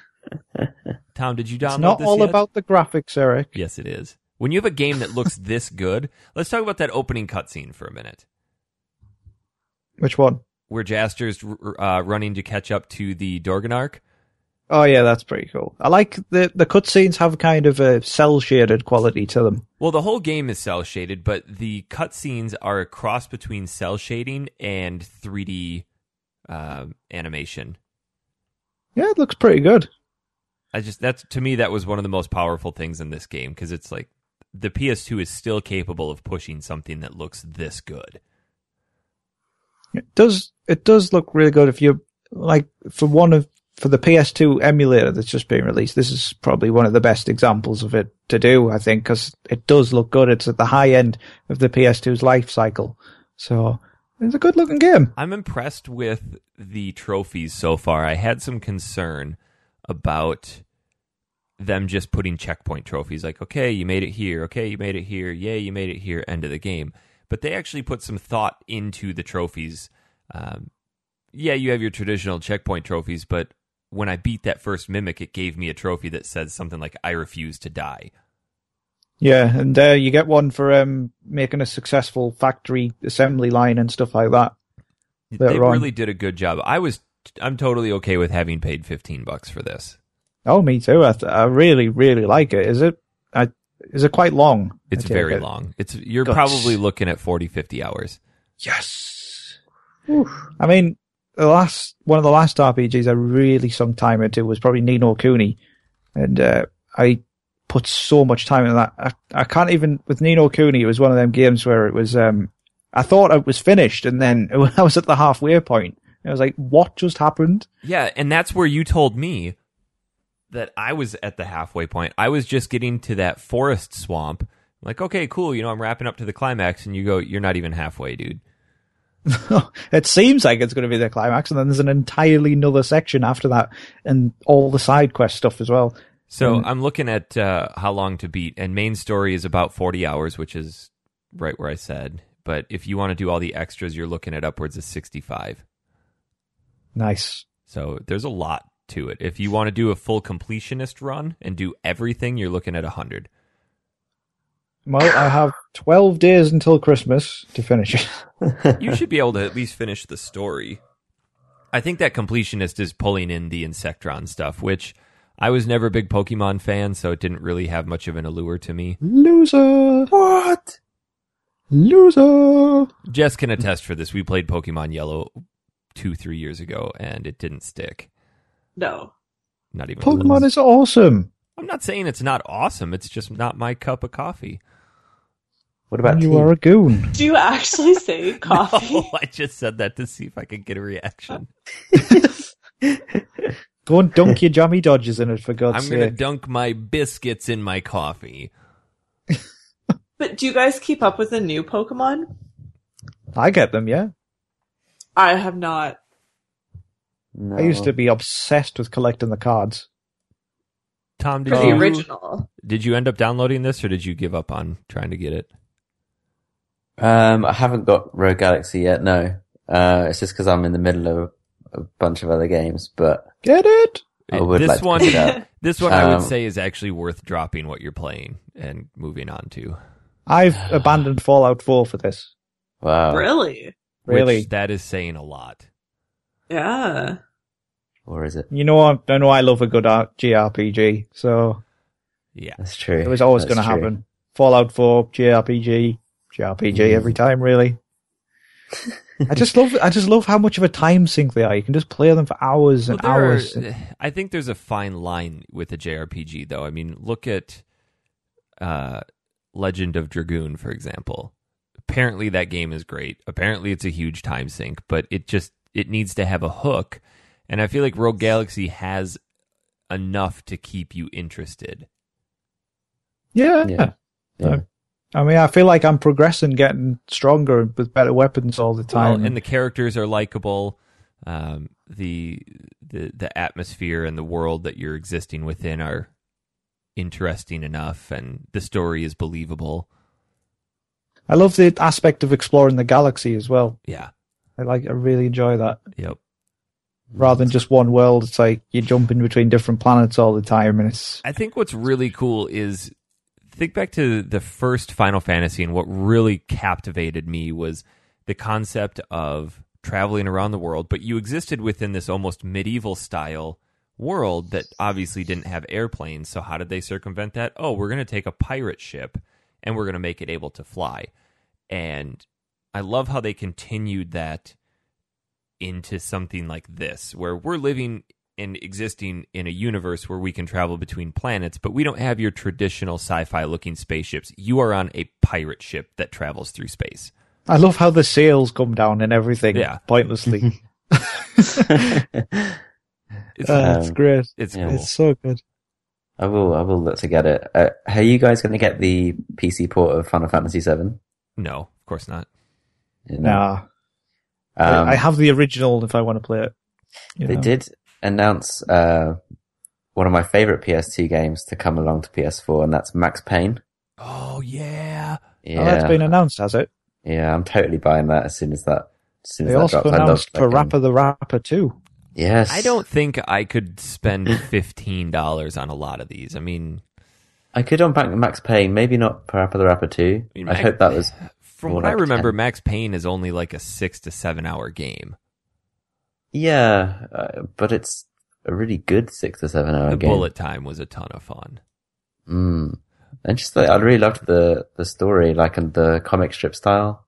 god.
(laughs)
Tom, did you download
It's not
this
all
yet?
about the graphics, Eric.
Yes, it is. When you have a game that looks this good, let's talk about that opening cutscene for a minute.
Which one?
Where Jaster's uh, running to catch up to the Dorganarch.
Oh yeah, that's pretty cool. I like the the cutscenes have kind of a cell shaded quality to them.
Well, the whole game is cell shaded, but the cutscenes are a cross between cell shading and 3D um animation.
Yeah, it looks pretty good.
I just that's to me that was one of the most powerful things in this game because it's like the PS2 is still capable of pushing something that looks this good.
It does it does look really good if you like for one of for the PS2 emulator that's just been released. This is probably one of the best examples of it to do, I think, because it does look good. It's at the high end of the PS2's life cycle, so it's a good looking game.
I'm impressed with the trophies so far. I had some concern about them just putting checkpoint trophies like okay, you made it here, okay, you made it here, yay, you made it here, end of the game. But they actually put some thought into the trophies. Um, yeah, you have your traditional checkpoint trophies, but when I beat that first mimic, it gave me a trophy that says something like "I refuse to die."
Yeah, and uh, you get one for um, making a successful factory assembly line and stuff like that.
they
They're wrong.
really did a good job. I was, I'm totally okay with having paid fifteen bucks for this.
Oh, me too. I, th- I really, really like it. Is it? I, is it quite long?
It's
I take
very
it.
long. It's you're
Guts.
probably looking at 40 50 hours.
Yes. I mean, the last one of the last RPGs I really sunk time into was probably Nino Cooney, and uh, I put so much time into that. I, I can't even with Nino Cooney. It was one of them games where it was. Um, I thought it was finished, and then (laughs) when I was at the halfway point, I was like, "What just happened?" (laughs)
Yeah, and that's where you told me that I was at the halfway point. I was just getting to that forest swamp. Like, okay, cool, you know, I'm wrapping up to the climax and you go, you're not even halfway, dude.
it seems like it's going to be the climax, and then there's an entirely another section after that, and all the side quest stuff as well.
So
Mm.
I'm looking at uh, how long to beat, and main story is about 40 hours, which is right where I said. But if you want to do all the extras, you're looking at upwards of 65.
Nice.
So there's a lot to it. If you want to do a full completionist run and do everything, you're looking at 100.
Well, I have 12 days until Christmas to finish it.
You should be able to at least finish the story. I think that completionist is pulling in the Insectron stuff, which I was never a big Pokemon fan, so it didn't really have much of an allure to me.
Loser!
What?
Loser!
Jess can attest for this. We played Pokemon Yellow two, three years ago, and it didn't stick.
No.
Not even. a little.
Pokemon is awesome.
I'm not saying it's not awesome. It's just not my cup of coffee. (laughs)
What about
you
tea?
are a goon.
Do you actually say coffee?
(laughs) No, I just said that to see if I could get a reaction.
Go and dunk your (laughs) jammy dodgers in it, for God's
I'm
sake.
going to dunk my biscuits in my coffee.
But do you guys keep up with the new Pokemon?
I get them, yeah.
I have not.
No.
I used to
Oh.
be obsessed with collecting the cards.
Tom, did
For the
you
original.
did you end up downloading this, or did you give up on trying to get it?
Um, I haven't got Rogue Galaxy yet. No, uh, it's just because I'm in the middle of a bunch of other games. But
Get it?
I would
this
like to
one,
pick it up.
(laughs) this one, I would
Um,
say is actually worth dropping what you're playing and moving on to.
I've abandoned Fallout 4 for this.
Wow,
Really?
which
Really?
that is saying a lot.
Yeah.
or is it?
You know, I I know I love a good R- JRPG, so
Yeah,
That's true.
it was always
That's
going to
true.
happen. Fallout 4, JRPG, JRPG
Mhm.
every time, really. I just love, I just love how much of a time sink they are. You can just play them for hours and
Well, there are-
hours.
I think there's a fine line with a JRPG, though. I mean, look at uh, Legend of Dragoon, for example. Apparently, that game is great. Apparently, it's a huge time sink, but it just it needs to have a hook, and I feel like Rogue Galaxy has enough to keep you interested.
Yeah. (laughs)
Yeah. Yeah.
I mean, I feel like I'm progressing, getting stronger and with better weapons all the time.
Well, and the characters are likable. Um, the the the atmosphere and the world that you're existing within are interesting enough, and the story is believable.
I love the aspect of exploring the galaxy as well.
Yeah.
I like, I really enjoy that.
Yep.
Rather than just one world, it's like you're jumping between different planets all the time, and it's
I think what's really cool is think back to the first Final Fantasy, and what really captivated me was the concept of traveling around the world, but you existed within this almost medieval style world that obviously didn't have airplanes. So, how did they circumvent that? Oh, we're going to take a pirate ship and we're going to make it able to fly. And I love how they continued that into something like this, where we're living and existing in a universe where we can travel between planets, but we don't have your traditional sci fi looking spaceships. You are on a pirate ship that travels through space.
I love how the sails come down and everything
Yeah.
(laughs)
pointlessly.
It's,
Uh, it's
Um,
great.
it's
yeah.
cool.
It's so good.
(laughs) I will. I will look to get it. Uh, are you guys going to get the PC port of Final Fantasy VII?
No, of course not.
You know?
Nah,
Um,
I, I have the original if I want to play it. you
They
know.
did announce uh, one of my favorite PS2 games to come along to PS4, and that's Max Payne.
Oh, yeah.
Yeah,
Oh, that's been announced, has it?
yeah, I'm totally buying that as soon as that. As soon as
They
that
also
drops. I love
announced
that
for
game.
Rapper the Rapper too.
Yes,
I don't think I could
(laughs)
spend $15 on a lot of these. I mean,
I could on Mac- Max Payne, maybe not Parappa the Rapper 2.
I
I,
mean, Max-
hope that was.
from
More
what I
like
remember,
10.
Max Payne is only like a six to seven hour game.
Yeah, uh, but it's a really good six or seven hour
The
game.
bullet time was a ton of fun.
Mm. And just like, I really loved the, the story, like, and the comic strip style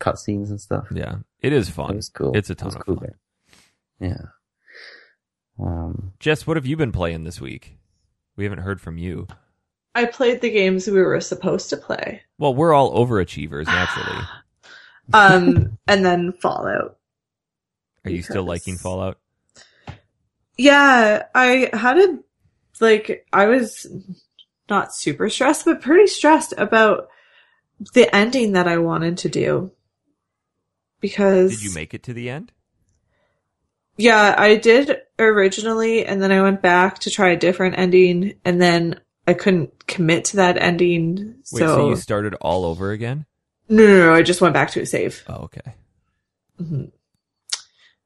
cutscenes and stuff.
Yeah, it is
It
fun.
was cool.
It's a
It
ton
was
of
cool
fun.
game. Yeah. Um,
Jess, what have you been playing this week? We haven't heard from you.
I played the games we were supposed to play.
Well, we're all overachievers
(gasps)
naturally.
Um, and then Fallout.
Are you still
Because-
liking Fallout?
Yeah, I had a like I was not super stressed, but pretty stressed about the ending that I wanted to do. Because
Did you make it to the end?
Yeah, I did originally, and then I went back to try a different ending, and then I couldn't commit to that ending.
Wait, so,
so
you started all over again?
No, no, no. I just went back to a save.
Oh, okay.
Mhm.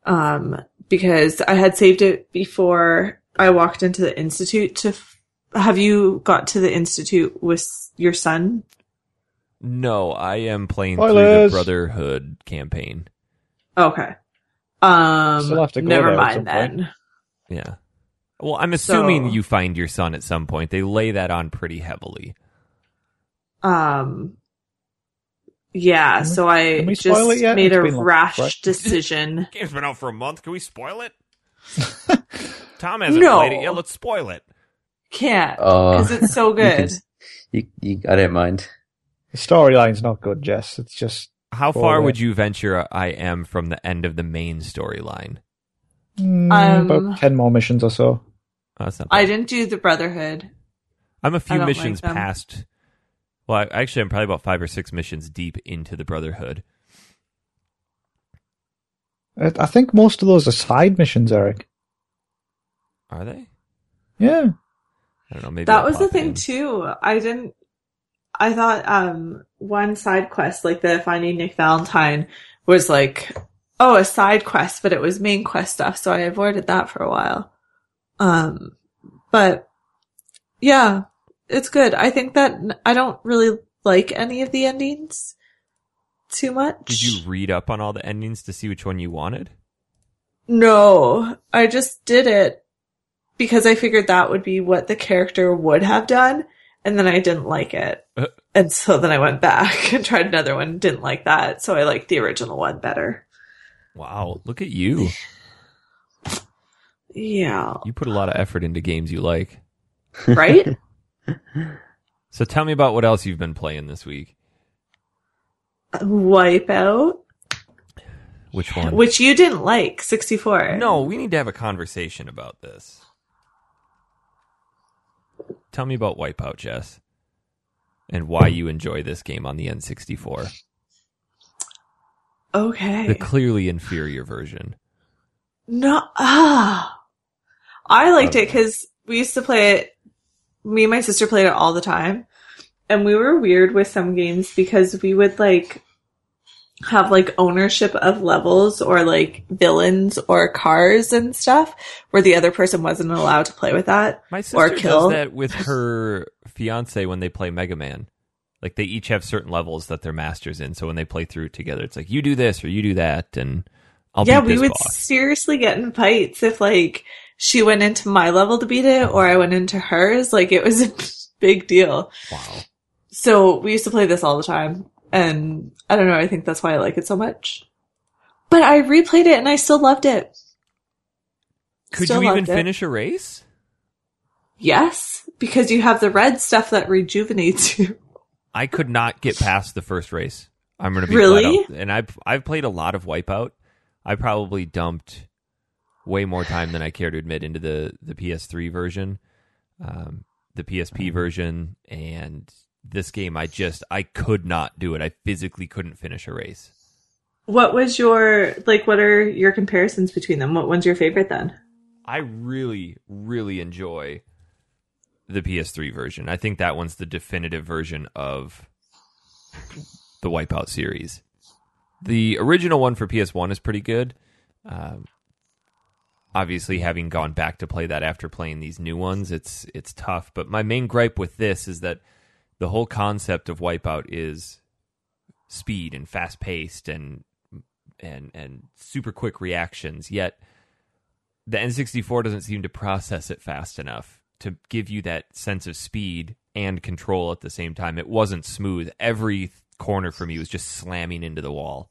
Um, because I had saved it before I walked into the institute. To f- have you got to the institute with your son?
No, I am playing through the
Spoilers.
Brotherhood campaign.
Okay. Um,
Still have to go
never
there at
mind
some point.
then.
Yeah. Well, I'm assuming
So-
you find your son at some point. They lay that on pretty heavily.
Um, yeah.
Can we-
so I
can we
just
spoil it yet?
made
It's
a
been long,
rash
right?
decision.
Game's been out for a month. Can we spoil
(laughs)
it? Tom hasn't
No.
played it yet. Let's spoil it.
Can't
Oh,
because it's so
You can
good.
you, you, I don't mind.
The storyline's not good, Jess. It's just
How
Spoil
far
it.
would you venture uh, I am from the end of the main storyline?
mm,
Um,
about ten more missions or so.
Oh, that's not
I
bad.
didn't do the Brotherhood.
I'm a few
don't like
missions
them.
past. Well, I, actually, I'm probably about five or six missions deep into the Brotherhood.
I I think most of those are side missions, Eric.
Are they?
Yeah.
I don't know. Maybe
that
I'll
was the
pop
thing
in.
too i didn't i thought um one side quest like the finding nick valentine was like oh a side quest but it was main quest stuff so i avoided that for a while um but yeah it's good i think that n- i don't really like any of the endings too much
Did you read up on all the endings to see which one you wanted?
no, I just did it because I figured that would be what the character would have done, and then I didn't like it.
Uh.
And so then I went back (laughs) and tried another one, didn't like that, so I liked the original one better.
Wow, look at you.
Yeah,
You put a lot of effort into games you like.
right?
So tell me about what else you've been playing this week.
Wipeout,
Which one?
which you didn't like, 64.
No, we need to have a conversation about this. Tell me about Wipeout, Jess, and why you enjoy this game on the N64,
Okay.
the clearly inferior version.
No, ah, I liked it because we used to play it. Me and my sister played it all the time, and we were weird with some games because we would like have like ownership of levels or like villains or cars and stuff, where the other person wasn't allowed to play with that.
My
Or
sister
kill.
does that with her fiance when they play Mega Man. Like they each have certain levels that they're masters in. So when they play through it together, it's like you do this or you do that, and I'll
yeah,
beat
we
this
would
boss.
seriously get in fights if like she went into my level to beat it or I went into hers. Like it was a (laughs) big deal.
Wow.
So we used to play this all the time, and I don't know. I think that's why I like it so much. But I replayed it, and I still loved it.
Could
Still
you even
loved it.
finish a race?
Yes, because you have the red stuff that rejuvenates (laughs) you.
I could not get past the first race. I'm going to be
Really?
flat out. And I've I've played a lot of Wipeout. I probably dumped way more time than I care to admit into the the PS3 version, um, the PSP version, and this game. I just I could not do it. I physically couldn't finish a race.
What was your like? What are your comparisons between them? What one's your favorite then?
I really really enjoy the PS3 version. I think that one's the definitive version of the Wipeout series. The original one for PS1 is pretty good. Um, obviously, having gone back to play that after playing these new ones, it's it's tough. But my main gripe with this is that the whole concept of Wipeout is speed and fast paced and and and super quick reactions. Yet the N64 doesn't seem to process it fast enough to give you that sense of speed and control at the same time. It wasn't smooth. Every corner for me was just slamming into the wall.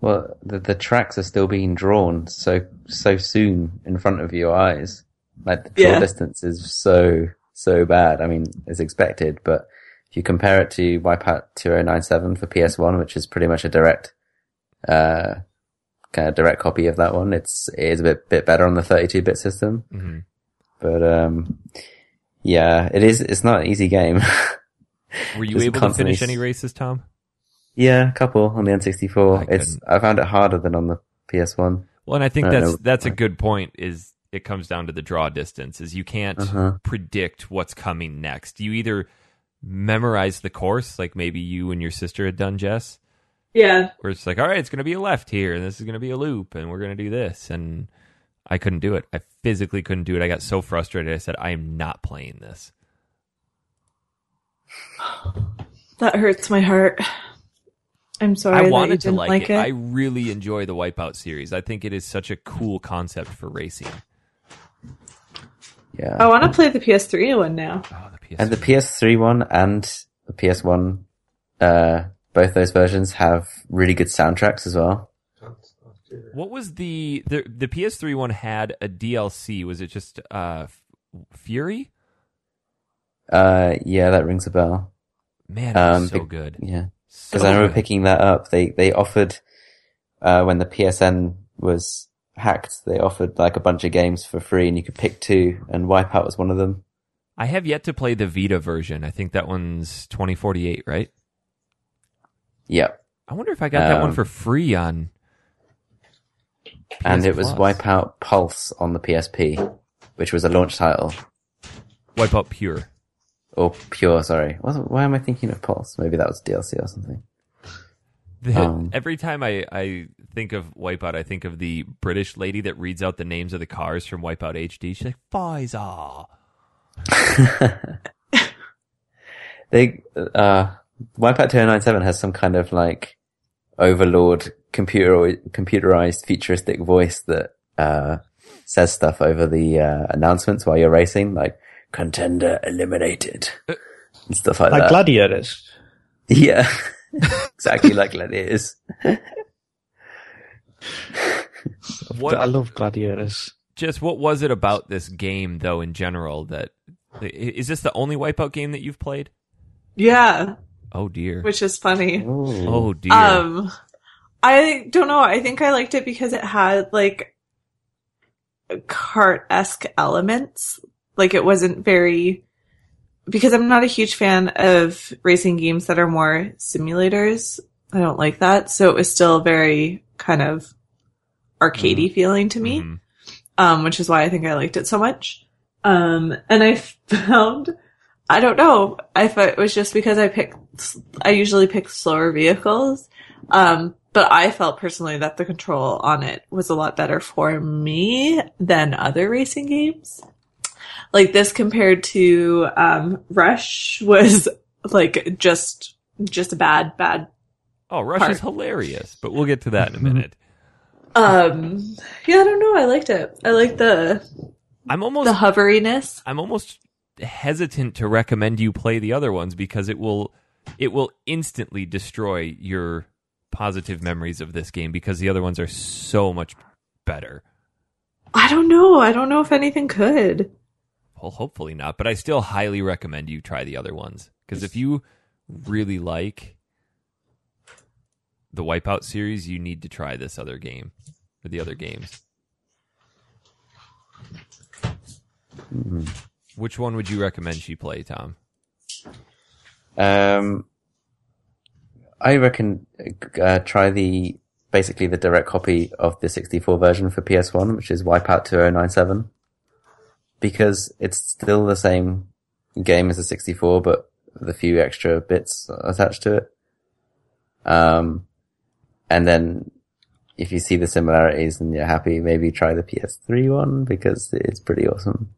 Well, the, the tracks are still being drawn so so soon in front of your eyes. Like the draw
Yeah.
distance is so so bad. I mean, it's expected, but if you compare it to Wipeout 2097 for PS1, which is pretty much a direct uh, kind of direct copy of that one, it's it is a bit bit better on the 32-bit system.
Mm-hmm.
But um, yeah, it is. It's not an easy game. (laughs)
Were you
Just
able to
constantly
finish any
s-
races, Tom?
yeah, a couple on the N64.
I
it's I found it harder than on the PS1.
Well, and I think
I don't
that's
know.
that's a good point. Is it comes down to the draw distance? Is you can't
Uh-huh.
predict what's coming next. You either memorized the course, like maybe you and your sister had done, Jess,
Yeah.
where it's like, all right, it's going to be a left here, and this is going to be a loop, and we're going to do this. And I couldn't do it. I physically couldn't do it. I got so frustrated. I said, I am not playing this.
That hurts my heart. I'm sorry. that
I
Oh, you
wanted to
didn't
like, it. I really enjoy the Wipeout series. I think it is such a cool concept for racing.
Yeah.
Oh, I want to play the PS3 one now.
Oh, the PS.
And the PS3 one and the PS1, uh, both those versions have really good soundtracks as well.
What was the the the PS3 one had a DLC? Was it just uh F- Fury?
Uh, yeah, that rings a bell.
Man, that was
Um,
so
be-
good.
Yeah.
So
Because I remember
good.
picking that up. They, they offered, uh, when the PSN was hacked, they offered like a bunch of games for free and you could pick two and Wipeout was one of them.
I have yet to play the Vita version. I think that one's 2048, right?
Yep.
I wonder if I got that one
Um,
for free on. PS
and it was
Plus.
Wipeout Pulse on the PSP, which was a launch title.
Wipeout Pure.
Or Pure, sorry. Wasn't, why am I thinking of Pulse? Maybe that was DLC or something.
The-
Um,
every time I, I think of Wipeout, I think of the British lady that reads out the names of the cars from Wipeout HD. She's like, Pfizer.
they uh Wipeout 2097 has some kind of like overlord computer computerized futuristic voice that uh says stuff over the uh announcements while you're racing like contender eliminated and stuff like,
Like
that.
gladiators.
(laughs) yeah. (laughs) exactly like gladiators.
What
I love gladiators.
just what was it about this game though in general that i- is this the only wipeout game that you've played
Yeah,
oh dear
which is funny.
Oh,
oh dear
Um, I don't know. I think I liked it because it had like cart esque elements. Like it wasn't very because I'm not a huge fan of racing games that are more simulators. I don't like that. So it was still very kind of arcadey feeling to me
Mhm.
um, which is why I think I liked it so much. Um, and I (laughs) found, I don't know if it was just because I picked, I usually pick slower vehicles, um, but I felt personally that the control on it was a lot better for me than other racing games. Like this compared to um, Rush was like just just a bad bad
oh rush is
Park.
hilarious but we'll get to
(laughs)
that in a minute
um yeah I don't know I liked it I liked the
i'm almost
the hoveriness
i'm almost hesitant to recommend you play the other ones because it will it will instantly destroy your positive memories of this game because the other ones are so much better
I don't know. I don't know if anything could.
Well, hopefully not, but I still highly recommend you try the other ones because if you really like the Wipeout series, you need to try this other game or the other games. Which one would you recommend she play, Tom?
um I reckon uh, try the basically the direct copy of the 64 version for PS1, which is Wipeout 2097, because it's still the same game as the 64, but with a few extra bits attached to it. Um, and then if you see the similarities and you're happy, maybe try the PS3 one because it's pretty awesome.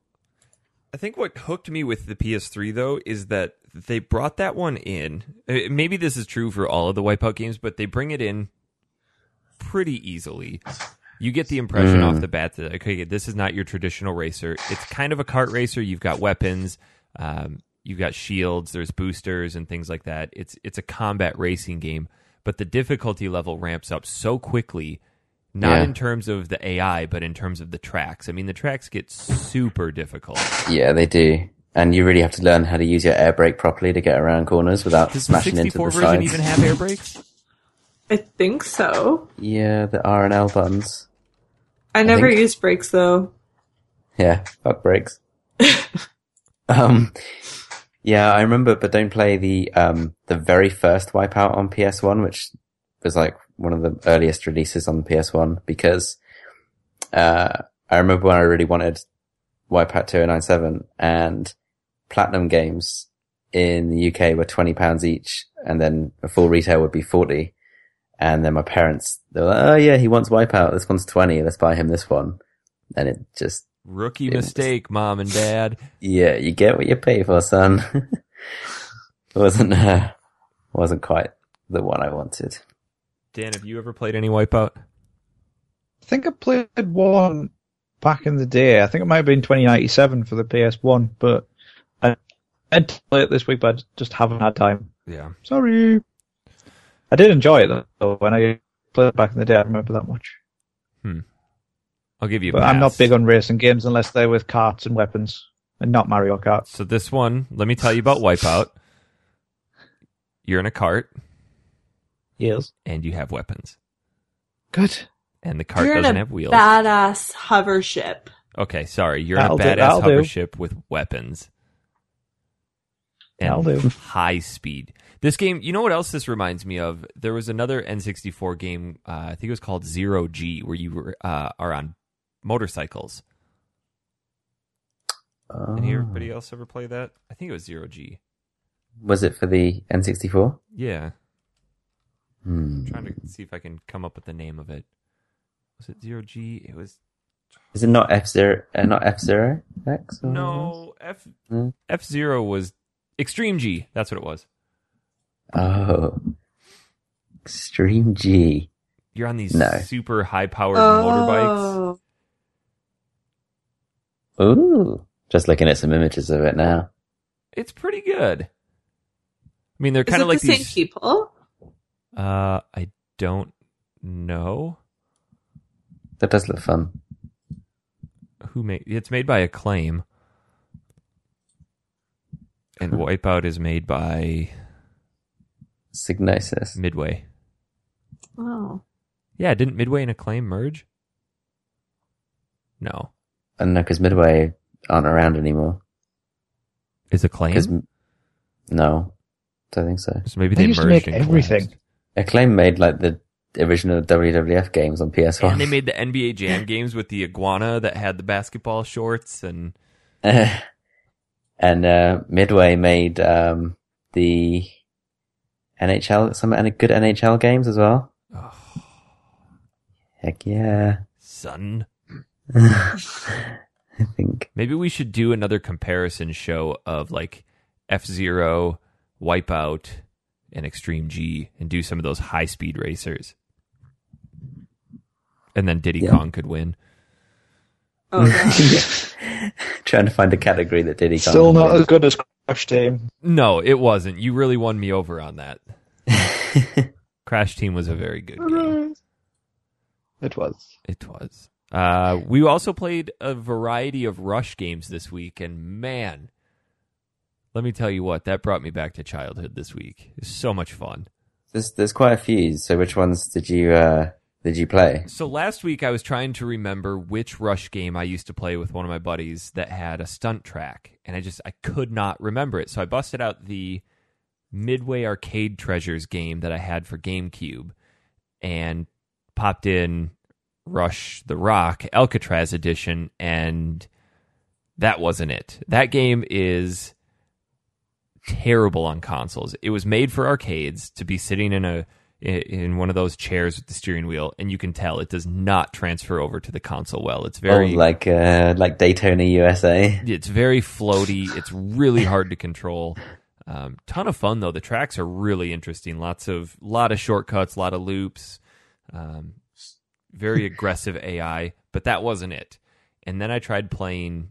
I think what hooked me with the PS3 though is that they brought that one in. Uh, Maybe this is true for all of the Wipeout games, but they bring it in pretty easily. You get the impression
Mm.
off the bat that okay, this is not your traditional racer. It's kind of a kart racer. You've got weapons, um, you've got shields, there's boosters and things like that. It's it's a combat racing game, but the difficulty level ramps up so quickly. Not
Yeah.
in terms of the AI, but in terms of the tracks. I mean, the tracks get super difficult.
Yeah, they do. And you really have to learn how to use your air brake properly to get around corners without
Does the
smashing into
64
the
version
sides.
even have air brakes?
I think so.
Yeah, the R and L buttons.
I never
think-
used brakes though.
Yeah, fuck brakes. um, yeah, I remember, but don't play the um the very first Wipeout on PS1, which was like one of the earliest releases on PS1 because uh I remember oh when I really wanted Wipeout 2097 and Platinum Games in the UK were twenty pounds each, and then a full retail would be forty. And then my parents they were like, "Oh yeah, he wants Wipeout. This one's twenty. Let's buy him this one." And it just
(laughs) Rookie
It was-
mistake, mom and dad.
yeah, you get what you pay for, son. (laughs) It wasn't uh, wasn't quite the one I wanted.
Dan, have you ever played any Wipeout?
I think I played one back in the day. I think it might have been 2097 for the PS1, but I had to play it this week, but I just haven't had time.
Yeah.
Sorry. I did enjoy it though. When I played it back in the day, I remember that much.
I'll give you a
But I'm not
pass.
big on racing games unless they're with carts and weapons, and not Mario Kart.
So this one, let me tell you about Wipeout. You're in a cart
Yes.
and you have weapons.
Good.
And the cart
You're in
doesn't
a
have wheels.
Badass hover ship.
Okay, sorry. You're in a
That'll do-
badass
that'll do.
hover ship with weapons. And
That'll do.
high speed. This game, you know what else this reminds me of? There was another N64 game, uh, I think it was called Zero G, where you were, uh, are on motorcycles. Did
Ah.
everybody else ever play that? I think it was Zero G.
Um, Was it for the N64?
Yeah.
Hmm.
I'm trying to see if I can come up with the name of it. Was it Zero G? It was
Is it not F zero? Uh, not F zero X? or-
no F
Hmm.
F Zero was Extreme G. That's what it was.
Oh, Extreme G.
You're on these
No.
super high powered motorbikes.
Oh,
Ooh, just looking at some images of it now.
It's pretty good. I mean, they're
is
kind
it
of like
the same
these.
people?
Uh, I don't know
That does look fun.
who made. It's made by Acclaim, and Wipeout is made by Mm.
Signosis.
Midway. (laughs)
Oh,
Yeah, didn't Midway and Acclaim merge? No,
I don't know because Midway aren't around anymore.
is Acclaim?
Because no, don't think so.
So maybe
They
they,
used to
merged
make
and
everything.
collapsed.
Acclaim made like the original WWF games on PS1.
And they made the NBA
(laughs)
Jam games with the iguana that had the basketball shorts and
(laughs) and uh, Midway made um, the NHL some N- good NHL games as well.
oh,
Heck
(laughs)
yeah!
son.
I think (laughs)
Maybe we should do another comparison show of like F Zero, Wipeout, and Extreme G, and do some of those high speed racers. And then Diddy
Yeah.
Kong could win.
oh, God.
trying to find a category that Diddy can't
Still not
win.
as good as Crash Team.
No, it wasn't. You really won me over on that. Crash Team was a very good game.
It was.
It was. Uh, we also played a variety of Rush games this week, and man, let me tell you what, that brought me back to childhood this week. It was so much fun.
(laughs) There's there's quite a few. So which ones did you uh, did you play?
So last week, I was trying to remember which Rush game I used to play with one of my buddies that had a stunt track, and I just I could not remember it. So I busted out the Midway Arcade Treasures game that I had for GameCube, and popped in Rush the Rock Alcatraz edition, and that wasn't it. That game is terrible on consoles. It was made for arcades to be sitting in a in one of those chairs with the steering wheel, and you can tell it does not transfer over to the console well. It's very
oh, like uh, like Daytona USA.
it's very floaty. It's really hard to control. Um, ton of fun though. The tracks are really interesting. Lots of lot of shortcuts, lot of loops. Um,
(laughs)
very aggressive AI, but that wasn't it. And then I tried playing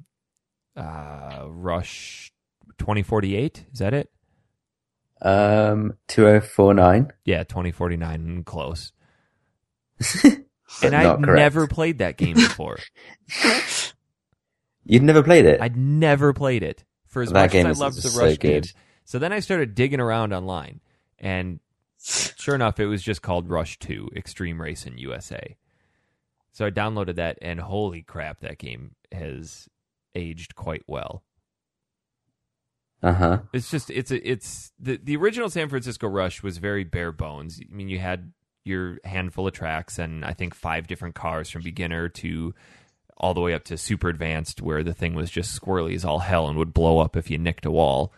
uh, Rush 2048. Is that it?
Um, two oh four nine.
Yeah, 2049.
(laughs)
Close. And I'd
Not correct.
never played that game before.
You'd never played it.
I'd never played it for as
That
much
game
as
is
I loved the
just so
Rush
good.
games. So then I started digging around online, and sure enough, it was just called Rush Two Extreme Race in USA. So I downloaded that, and holy crap, that game has aged quite well.
Uh huh.
It's just it's a, it's the the original San Francisco Rush was very bare bones. I mean, you had your handful of tracks and I think five different cars from beginner to all the way up to super advanced, where the thing was just squirrely as all hell and would blow up if you nicked a wall.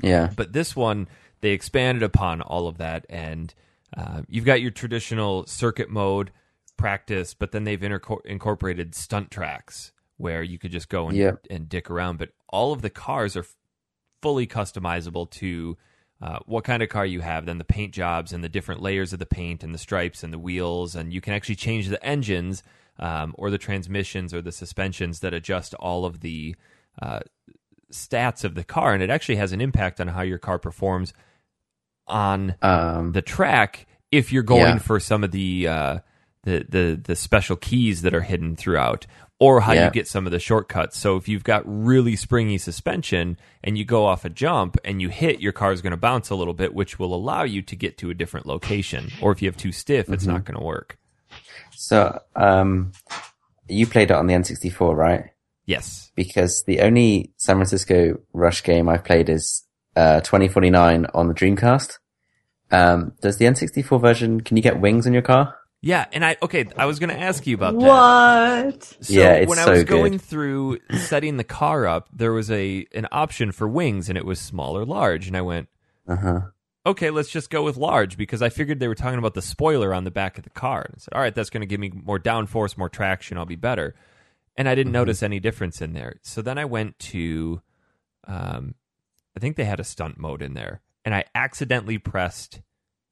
Yeah.
But this one, they expanded upon all of that, and uh, you've got your traditional circuit mode practice, but then they've interco- incorporated stunt tracks where you could just go and,
Yeah.
and dick around. But all of the cars are f- fully customizable to uh, what kind of car you have, then the paint jobs and the different layers of the paint and the stripes and the wheels, and you can actually change the engines um, or the transmissions or the suspensions that adjust all of the uh, stats of the car, and it actually has an impact on how your car performs on
Um,
the track if you're going
Yeah.
for some of the, uh, the the the special keys that are hidden throughout, or how
Yeah.
you get some of the shortcuts. So if you've got really springy suspension and you go off a jump and you hit, your car is going to bounce a little bit, which will allow you to get to a different location. Or if you have too stiff,
Mm-hmm.
it's not going to work.
so, um, you played it on the N64, right?
Yes.
Because the only San Francisco Rush game I've played is, uh, 2049 on the Dreamcast. Um, does the N64 version, can you get wings on your car?
Yeah, and I okay. I was going to ask you about that.
What?
So
Yeah, it's
when I
so
was
good.
going through setting the car up, there was a an option for wings and it was small or large and I went,
Uh huh.
"Okay, let's just go with large because I figured they were talking about the spoiler on the back of the car." And I said, "All right, that's going to give me more downforce, more traction, I'll be better." And I didn't
Mm-hmm.
notice any difference in there. So then I went to um I think they had a stunt mode in there and I accidentally pressed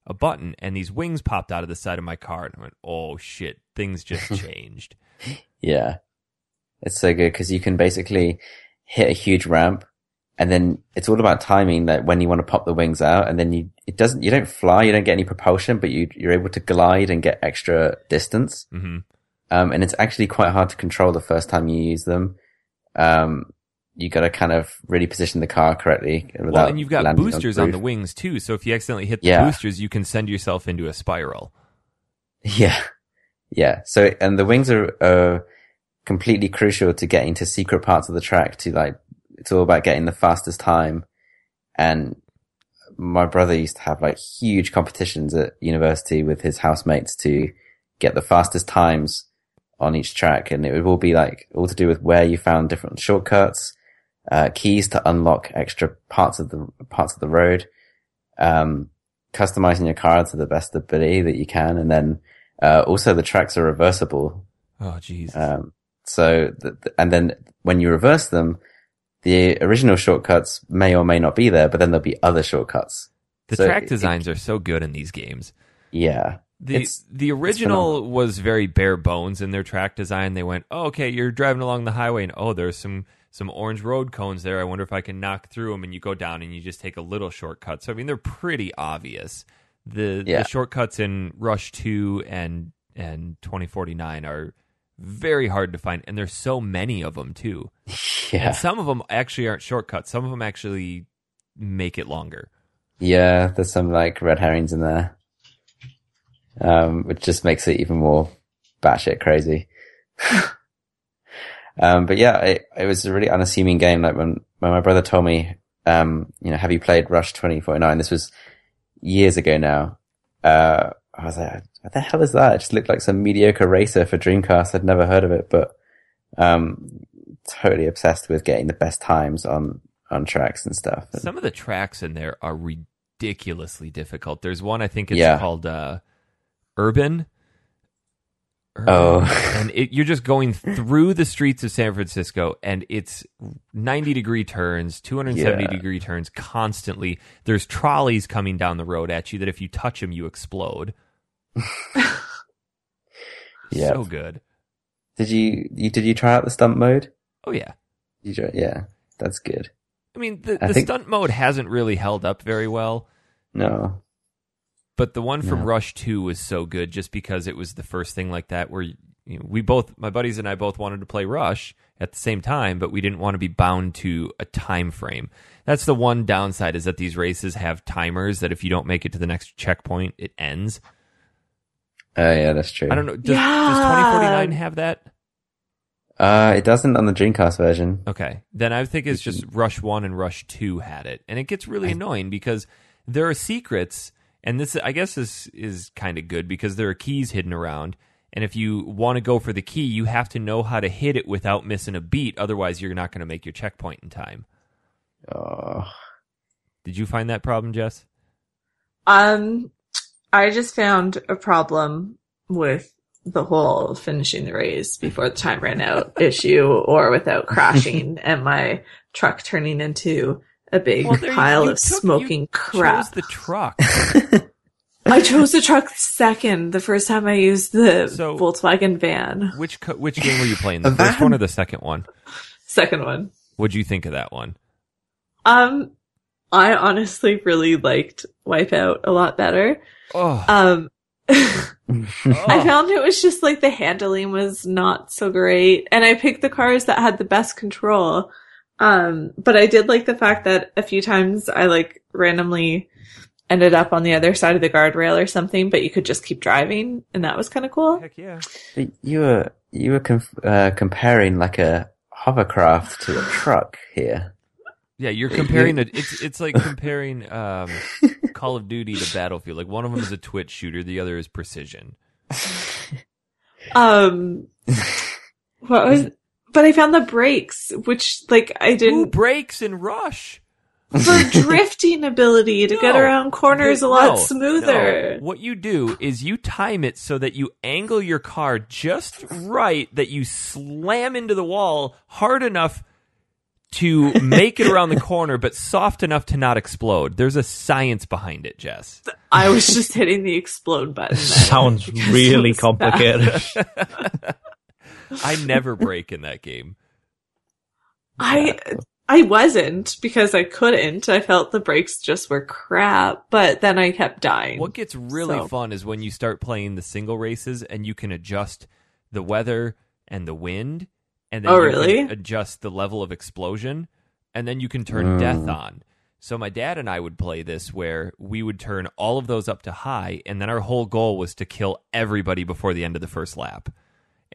a button and these wings popped out of the side of my car and I went, "Oh shit, things just
(laughs)
changed."
Yeah. It's so good because you can basically hit a huge ramp and then it's all about timing that when you want to pop the wings out and then you, it doesn't, you don't fly, you don't get any propulsion, but you, you're able to glide and get extra distance.
mhm.
Um, and it's actually quite hard to control the first time you use them. Um, you gotta kind of really position the car correctly. Without
Well, and you've got
landing
boosters on the
roof.
wings too, so if you accidentally hit the
Yeah.
boosters, you can send yourself into a spiral.
(laughs) Yeah. Yeah. So, and the wings are, are completely crucial to getting to secret parts of the track to like, it's all about getting the fastest time. And my brother used to have like huge competitions at university with his housemates to get the fastest times on each track. And it would all be like all to do with where you found different shortcuts, uh, keys to unlock extra parts of the, parts of the road. Um, customizing your car to the best ability that you can. And then, uh, also the tracks are reversible.
Oh, jeez.
Um, so, th- th- and then when you reverse them, the original shortcuts may or may not be there, but then there'll be other shortcuts.
the
so
track
it-
designs are so good in these games.
Yeah. (laughs)
The
It's-
the original was very bare bones in their track design. They went, oh, "Okay, you're driving along the highway, and oh, there's some some orange road cones there. I wonder if I can knock through them." And you go down, and you just take a little shortcut. So I mean, they're pretty obvious. The
Yeah.
the shortcuts in Rush Two and and 2049 are very hard to find, and there's so many of them too.
Yeah.
And some of them actually aren't shortcuts. Some of them actually make it longer.
Yeah. There's some like red herrings in there. Um, which just makes it even more batshit crazy. (laughs) um, but yeah, it, it was a really unassuming game. Like when, when my brother told me, um, you know, have you played Rush 2049? This was years ago now. Uh, I was like, what the hell is that? It just looked like some mediocre racer for Dreamcast. I'd never heard of it, but, um, totally obsessed with getting the best times on, on tracks and stuff. And-
Some of the tracks in there are ridiculously difficult. There's one I think it's
Yeah.
called uh, Urban. Urban.
Oh. (laughs)
and it, you're just going through the streets of San Francisco, and it's 90 degree turns, 270
Yeah.
degree turns constantly. There's trolleys coming down the road at you that if you touch them, you
(laughs)
explode.
Yeah.
So good.
Did you, you, did you try out the stunt mode?
Oh, yeah.
Did you try, yeah. That's good.
I mean, the,
I
the
think-
stunt mode hasn't really held up very well.
No.
But the one from
Yeah.
Rush Two was so good just because it was the first thing like that where you know, we both, my buddies and I, both wanted to play Rush at the same time, but we didn't want to be bound to a time frame. That's the one downside is that these races have timers that if you don't make it to the next checkpoint, it ends.
Oh yeah, that's true.
I don't know. Does, does
Yeah.
twenty forty nine have that?
Uh, it doesn't on the Dreamcast version.
Okay. Then I think it's just Rush 1 and Rush 2 had it. And it gets really annoying because there are secrets and this I guess is is kind of good because there are keys hidden around and if you want to go for the key, you have to know how to hit it without missing a beat otherwise you're not going to make your checkpoint in time.
Oh.
Did you find that problem, Jess?
Um, I just found a problem with the whole finishing the race before the time ran out issue or
(laughs)
without crashing and my truck turning into a big
Well, there you-
pile
you
of
took- you
smoking crap.
Chose the truck.
I chose the truck second the first time I used the
So-
Volkswagen van.
Which co- which game were you playing?
A
The first
van?
one or the second one?
Second one.
What'd you think of that one?
Um, I honestly really liked Wipeout a lot better.
Oh,
Um, (laughs) I
oh.
found it was just like the handling was not so great, and I picked the cars that had the best control. Um, but I did like the fact that a few times I like randomly ended up on the other side of the guardrail or something, but you could just keep driving, and that was kind of cool.
heck yeah!
But (laughs) you were you were conf- uh, comparing like a hovercraft to a truck here.
Yeah, you're comparing a, it's it's like comparing um, Call of Duty to Battlefield. Like one of them is a twitch shooter, the other is precision.
Um, what was? But I found the brakes, which like I
Who
didn't
breaks and rush?
for drifting ability to get
No.
around corners a
No,
lot
no.
smoother.
What you do is you time it so that you angle your car just right that you slam into the wall hard enough to make it
(laughs)
around the corner, but soft enough to not explode. There's a science behind it, Jess.
I was just hitting the
(laughs)
explode button.
Sounds really
Sounds bad.
complicated.
I never break in that game.
I I wasn't because I couldn't. I felt the brakes just were crap, but then I kept dying.
What gets really
So-
fun is when you start playing the single races and you can adjust the weather and the wind, and then
Oh,
you can
really?
adjust the level of explosion, and then you can turn death on. So my dad and I would play this where we would turn all of those up to high, and then our whole goal was to kill everybody before the end of the first lap.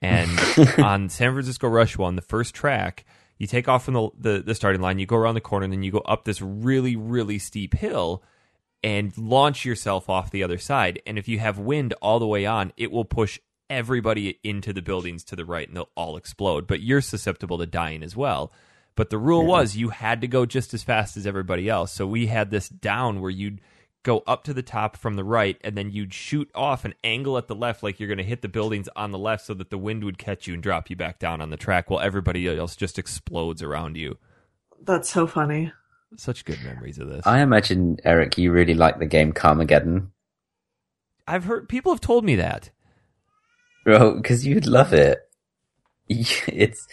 And on San Francisco Rush on the first track, you take off from the, the the starting line, you go around the corner, and then you go up this really really steep hill, and launch yourself off the other side. And if you have wind all the way on, it will push everybody into the buildings to the right and they'll all explode. But you're susceptible to dying as well. But the rule was you had to go just as fast as everybody else. So we had this down where you'd go up to the top from the right and then you'd shoot off an angle at the left like you're going to hit the buildings on the left so that the wind would catch you and drop you back down on the track while everybody else just explodes around you.
That's so funny.
Such good memories of this.
I imagine Eric, you really like the game Carmageddon.
I've heard people have told me that.
Well, because you'd love it. (laughs) It's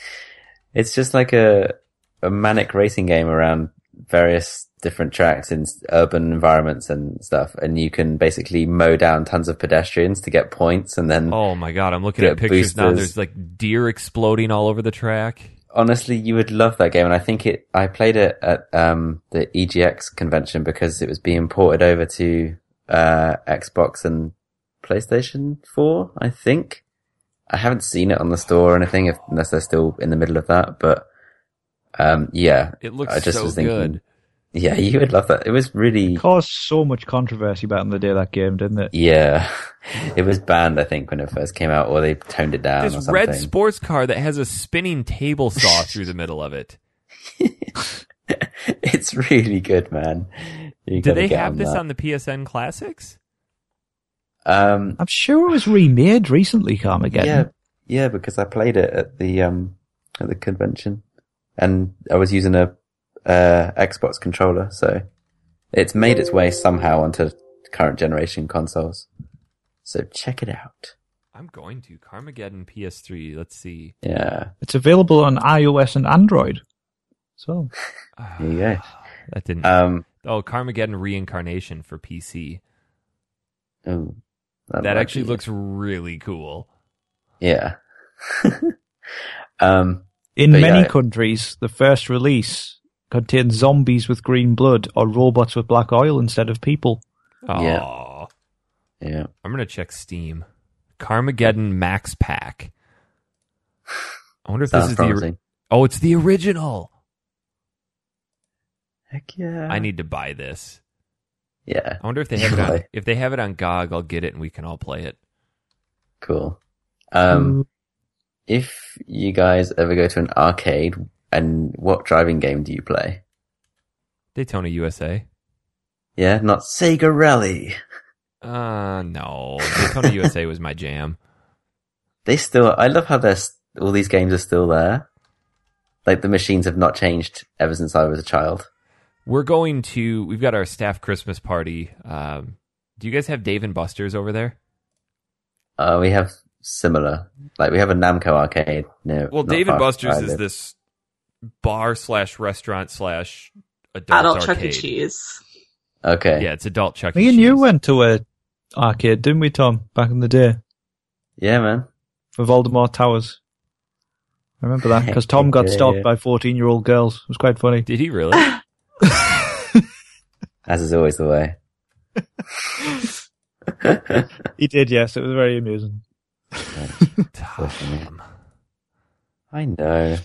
it's just like a a manic racing game around various different tracks in s- urban environments and stuff, and you can basically mow down tons of pedestrians to get points. And then,
Oh my god, I'm looking
Yeah,
at pictures now.
boosters.
There's like deer exploding all over the track.
honestly, you would love that game. And I think it. I played it at um, the EGX convention because it was being ported over to uh, Xbox and PlayStation Four. I think. I haven't seen it on the store or anything, if, unless they're still in the middle of that. But um, yeah,
It looks
I just
so
was thinking-
good.
yeah, you would love that. It was really,
(laughs) Caused so much controversy back in the day that game, didn't it?
yeah. It was banned, I think, when it first came out, or they toned it down or
This
something.
red sports car that has a spinning table saw
(laughs)
through the middle of it.
it's really good, man. You
Did
gotta
they
get
have
on
this
that.
on the PSN Classics?
Um,
I'm sure it was remade recently, Carmageddon.
Yeah, yeah, because I played it at the um at the convention, and I was using a uh, Xbox controller, so it's made its way somehow onto current generation consoles. So check it out.
I'm going to Carmageddon PS3. Let's see.
Yeah,
It's available on iOS and Android. So,
Ah,
there you go.
That didn't.
Um,
oh, Carmageddon reincarnation for PC.
ooh,
That
might
actually
be-
looks really cool.
yeah. (laughs) um,
in
But
many
yeah.
countries, the first release contains zombies with green blood or robots with black oil instead of people.
Oh,
Yeah. yeah,
I'm gonna check Steam. Carmageddon Max Pack. I wonder if this
sounds
is the. ori-
promising.
Oh, it's the original.
Heck yeah!
I need to buy this.
yeah,
I wonder if they have it on,
Really?
if they have it on GOG. I'll get it and we can all play it.
cool. Um, if you guys ever go to an arcade, and what driving game do you play?
Daytona USA.
Yeah, not Sega Rally.
Uh, no.
(laughs)
Daytona USA was my jam.
They still. I love how they're s- all these games are still there. Like the machines have not changed ever since I was a child.
We're going to. We've got our staff Christmas party. Um, do you guys have Dave and Buster's over there?
Uh, we have similar. Like we have a Namco arcade. No,
Well,
not
Dave
far
and
from
Buster's
where I
is
live.
this bar slash restaurant slash adult,
Adult
arcade.
Chuck E. Cheese.
Okay.
Yeah, it's adult Chuck E.
Mm, Me and you
Cheese.
went to a arcade, didn't we, Tom? Back in the day
Yeah, man.
for Voldemort Towers. I remember
(laughs)
that because Tom got
Yeah,
stalked
yeah.
by fourteen-year-old girls. It was quite funny.
Did he really?
(laughs)
As is always the way. (laughs)
He did, yes. It was very amusing.
Tom.
I know.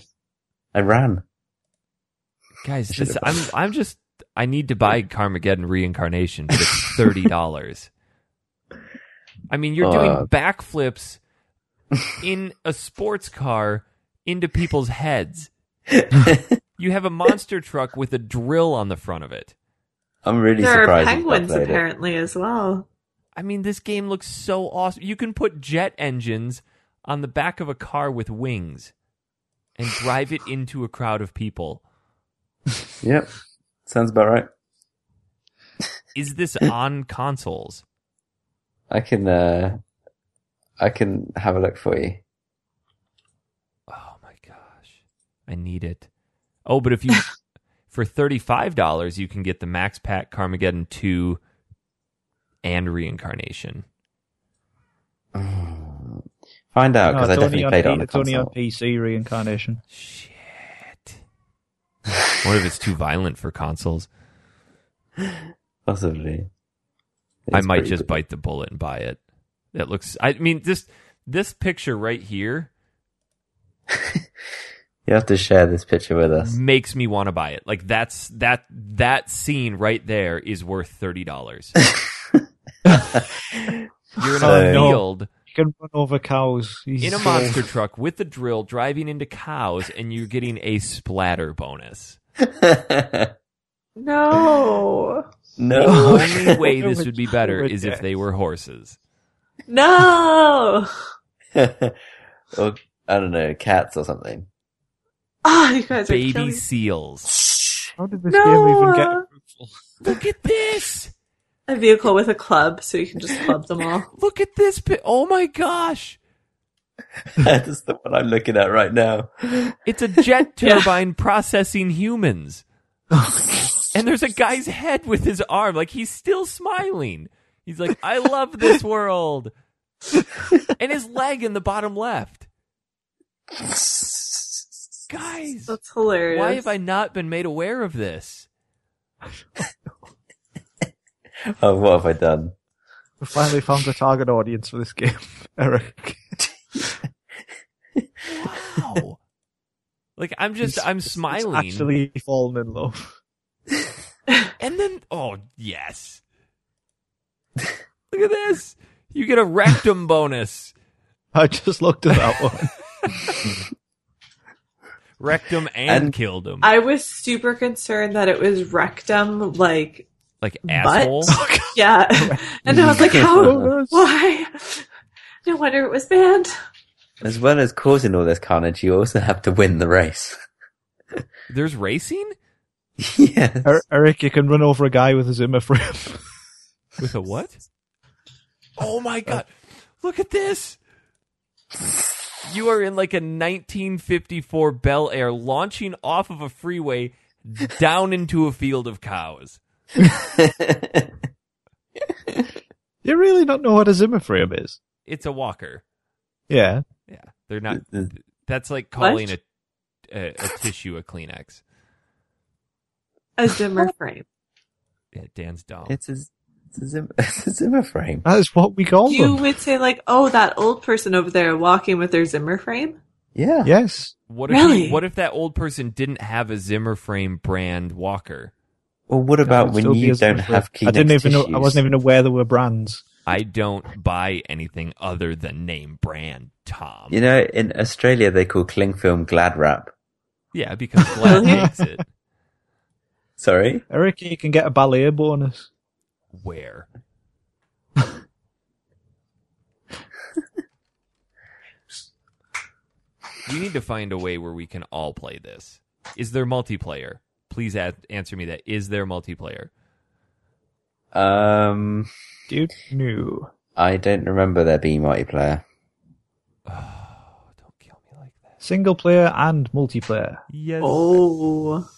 I ran.
Guys,
I should
this,
have
I'm I'm just I need to buy Carmageddon Reincarnation for
(laughs)
thirty dollars. I mean, you're
Uh.
doing backflips in a sports car into people's
(laughs)
heads. You have a monster truck with a drill on the front of it.
I'm really
There are
surprised. you've
penguins
uploaded.
apparently as well.
I mean, this game looks so awesome. You can put jet engines on the back of a car with wings and drive it into a crowd of people.
Yep. Sounds about right.
Is
(laughs)
this on consoles?
I can. uh I can have a look for you.
Oh my gosh. I need it. Oh, but if
(laughs)
you for $35 you can get the Max Pack Carmageddon 2 and reincarnation.
Find out
No,
because Oh, I
it's only
definitely
on,
played it
P-
on the
it's only on
console.
PC reincarnation.
Shit.
(laughs)
What if it's too violent for consoles?
Possibly.
I
It's
might
pretty
just
good.
bite the bullet and buy it. That looks I mean this this picture right here
You have to share this picture with us.
makes me want to buy it. Like that's that that scene right there is worth
(laughs)
$30. (laughs) You're in a
Oh,
no.
field
You can run over cows. He's
in a
so-
monster truck with a drill driving into cows and you're getting a splatter bonus.
Mm.
No.
The
(laughs) no.
(laughs)
only way this would be better
With
is if they were horses.
No. (laughs)
or, I don't know, cats or something. (laughs)
Oh, you guys are
Baby
killing-
seals.
(laughs) How did this
No,
game even get
uh,
approval?
Look at this.
a vehicle with a club, so you can just club them all.
Look at this. pi- Oh my gosh.
That's the one I'm looking at right now.
It's a jet
Yeah.
turbine processing humans. and there's a guy's head with his arm. Like he's still smiling. He's like, I love this world. and his leg in the bottom left. Guys.
That's hilarious.
Why have I not been made aware of this?
oh, what have I done?
We finally found the target audience for this game, (laughs) Eric.
Wow. (laughs) like I'm just
He's-
I'm
he's
smiling.
Actually, fallen in love. (laughs)
And then oh yes. Look at this. You get a rectum bonus.
I just looked at that one.
(laughs) Rectum and,
And-
killed him.
I was super concerned that it was rectum, like
like asshole.
yeah, (laughs) and I was like, how? Why? No wonder it was banned.
As well as causing all this carnage, you also have to win the race. (laughs)
There's racing?
yes. (laughs)
Er- Eric, you can run over a guy with a Zimmer frame. (laughs)
With a what? Oh my god. Look at this. You are in like a 1954 Bel Air launching off of a freeway down into a field of cows.
you really don't know what a Zimmer frame is.
It's a walker.
Yeah.
Yeah. They're not
The-
that's like calling a, a a tissue a Kleenex.
A Zimmer frame.
Yeah, Dan's dumb.
Oh.
it's a, it's a, Zim, it's a Zimmer (laughs) frame.
That is what we call
You
them.
would say like, oh, that old person over there walking with their Zimmer frame.
Yeah.
Yes.
What if
Really?
he- what if that old person didn't have a Zimmer frame brand walker?
Well, what
That
about
would
when
still be
you
a Zimmer
don't
frame.
have Kleenex
I didn't even know. I
tissues?
wasn't even aware there were brands.
I don't buy anything other than name brand Tom.
You know, in Australia they call cling film glad wrap.
Yeah, because Glad
Really?
makes it.
Sorry,
Eric, you can get a ballet bonus.
where? we need to find a way where we can all play this. Is there multiplayer? Please add, answer me that. Is there multiplayer?
Um,
Dude, no.
I don't remember there being multiplayer.
Oh, don't kill me like that.
Single player and multiplayer.
Yes.
Oh.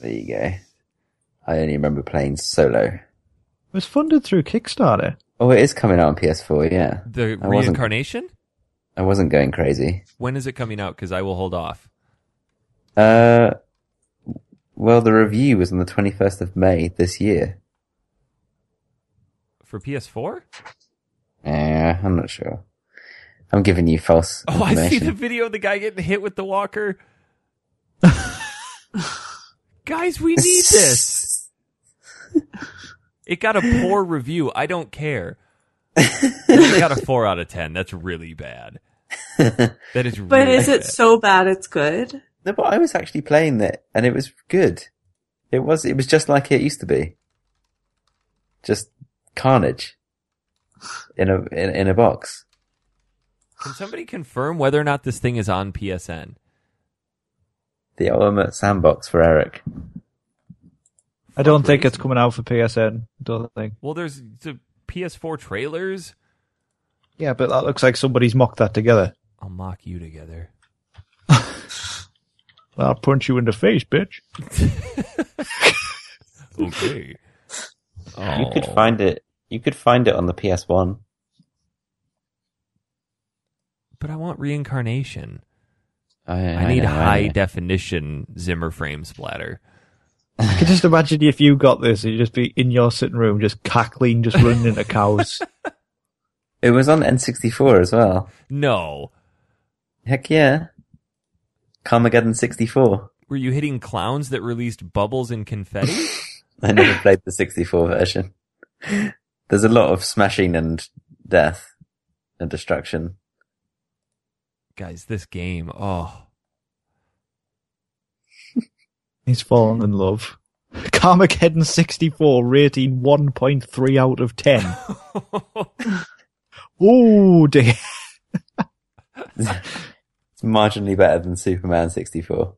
There you go. I only remember playing solo.
It was funded through Kickstarter.
Oh, it is coming out on PS4. Yeah,
The
I wasn't-
reincarnation?
I wasn't going crazy.
When is it coming out? Because I will hold off.
Uh, well, the review was on the 21st of May this year.
For PS4?
Eh, I'm not sure. I'm giving you false
(laughs) Oh, I see
information.
the video of the guy getting hit with the
(laughs)
walker. Guys, we need
(laughs)
this. It got a poor review. I don't care. it got a four out of ten. That's really bad. That is.
But
really
is it
bad.
so bad it's good?
No, but I was actually playing that, and it was good. It was. It was just like it used to be. Just carnage in a in, in a box.
Can somebody confirm whether or not this thing is on PSN?
The ultimate sandbox for Eric.
I don't think it's coming out for PSN. Don't think.
Well, there's the PS4 trailers.
Yeah, but that looks like somebody's mocked that together.
I'll mock you together.
I'll punch you in the face, bitch.
Okay. Oh.
You could find it. You could find it on the PS One.
but I want reincarnation.
I,
I, need
know,
high
know.
definition Zimmer frame splatter.
I can just imagine if you got this, you'd just be in your sitting room, just cackling, just running into cows.
It was on N64 as well.
No.
Heck yeah. Carmageddon 64.
Were you hitting clowns that released bubbles and confetti?
I never played the 64 version. (laughs) There's a lot of smashing and death and destruction.
Guys, this game. Oh. (laughs)
He's fallen in love. Carmageddon 64 rating 1.3 out of 10. Ooh, dear.
It's marginally better than Superman 64.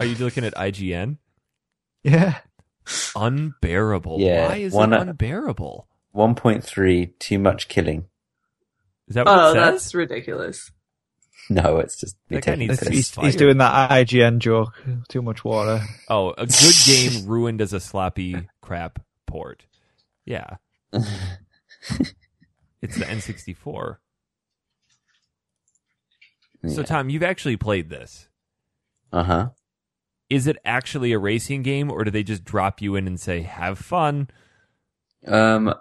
Are you looking at IGN?
Yeah.
Unbearable.
Yeah,
Why is
one-
it unbearable?
1.3, too much killing. (laughs)
Is that what
Oh,
it says?
that's ridiculous.
No, it's just me
That guy
taking the
needs to
piss.
He's,
fired.
he's doing that IGN joke. Too much water.
Oh, a good game (laughs) ruined as a sloppy crap port. Yeah.
(laughs)
It's the N64. So, Tom, you've actually played this.
Uh huh.
Is it actually a racing game, or do they just drop you in and say, have fun?
Um,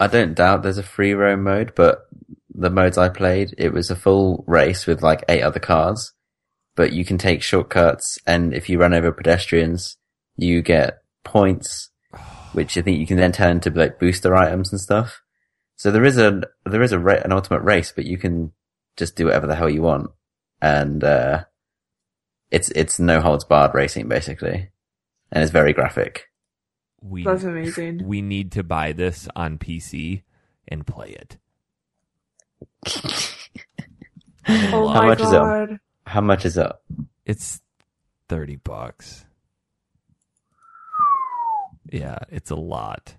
I don't doubt there's a free roam mode, but the modes I played, it was a full race with like eight other cars, but you can take shortcuts and if you run over pedestrians, you get points, which I think you can then turn into like booster items and stuff. So there is a, there is a, ra- an ultimate race, but you can just do whatever the hell you want. And, uh, it's, it's no holds barred racing basically. And it's very graphic.
We,
That's amazing.
we need to buy this on PC and play it.
Oh
How
my
much is it?
god.
How much is it?
It's 30 bucks. Yeah, it's a lot.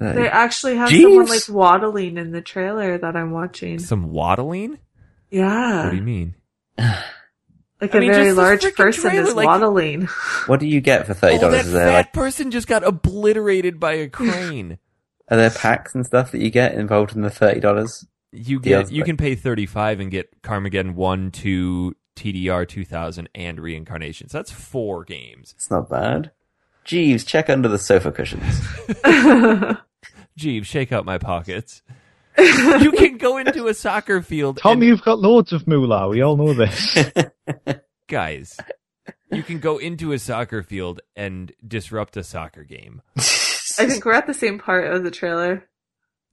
They actually have
Jeez.
someone like waddling in the trailer that I'm watching.
Some waddling? What do
Yeah.
you mean?
Like
I
a
mean,
very
just the
large
freaking
person
trailer,
is
like-
(laughs) waddling.
What do you get for thirty
Oh, that
dollars? Is there
fat
like
person just got obliterated by a
(laughs)
crane.
are there packs and stuff that you get involved in the thirty dollars?
You
Yeah,
get you
but-
can pay thirty five and get Carmageddon one, two, TDR two thousand, and reincarnations. That's four games.
It's not bad. Jeeves, check under the sofa cushions.
Jeeves, shake out my
(laughs)
pockets. you can go into a soccer field.
Tom,
and,
you've got loads of moolah. We all know this.
guys, you can go into a soccer field and disrupt a soccer game.
I think we're at the same part of the trailer.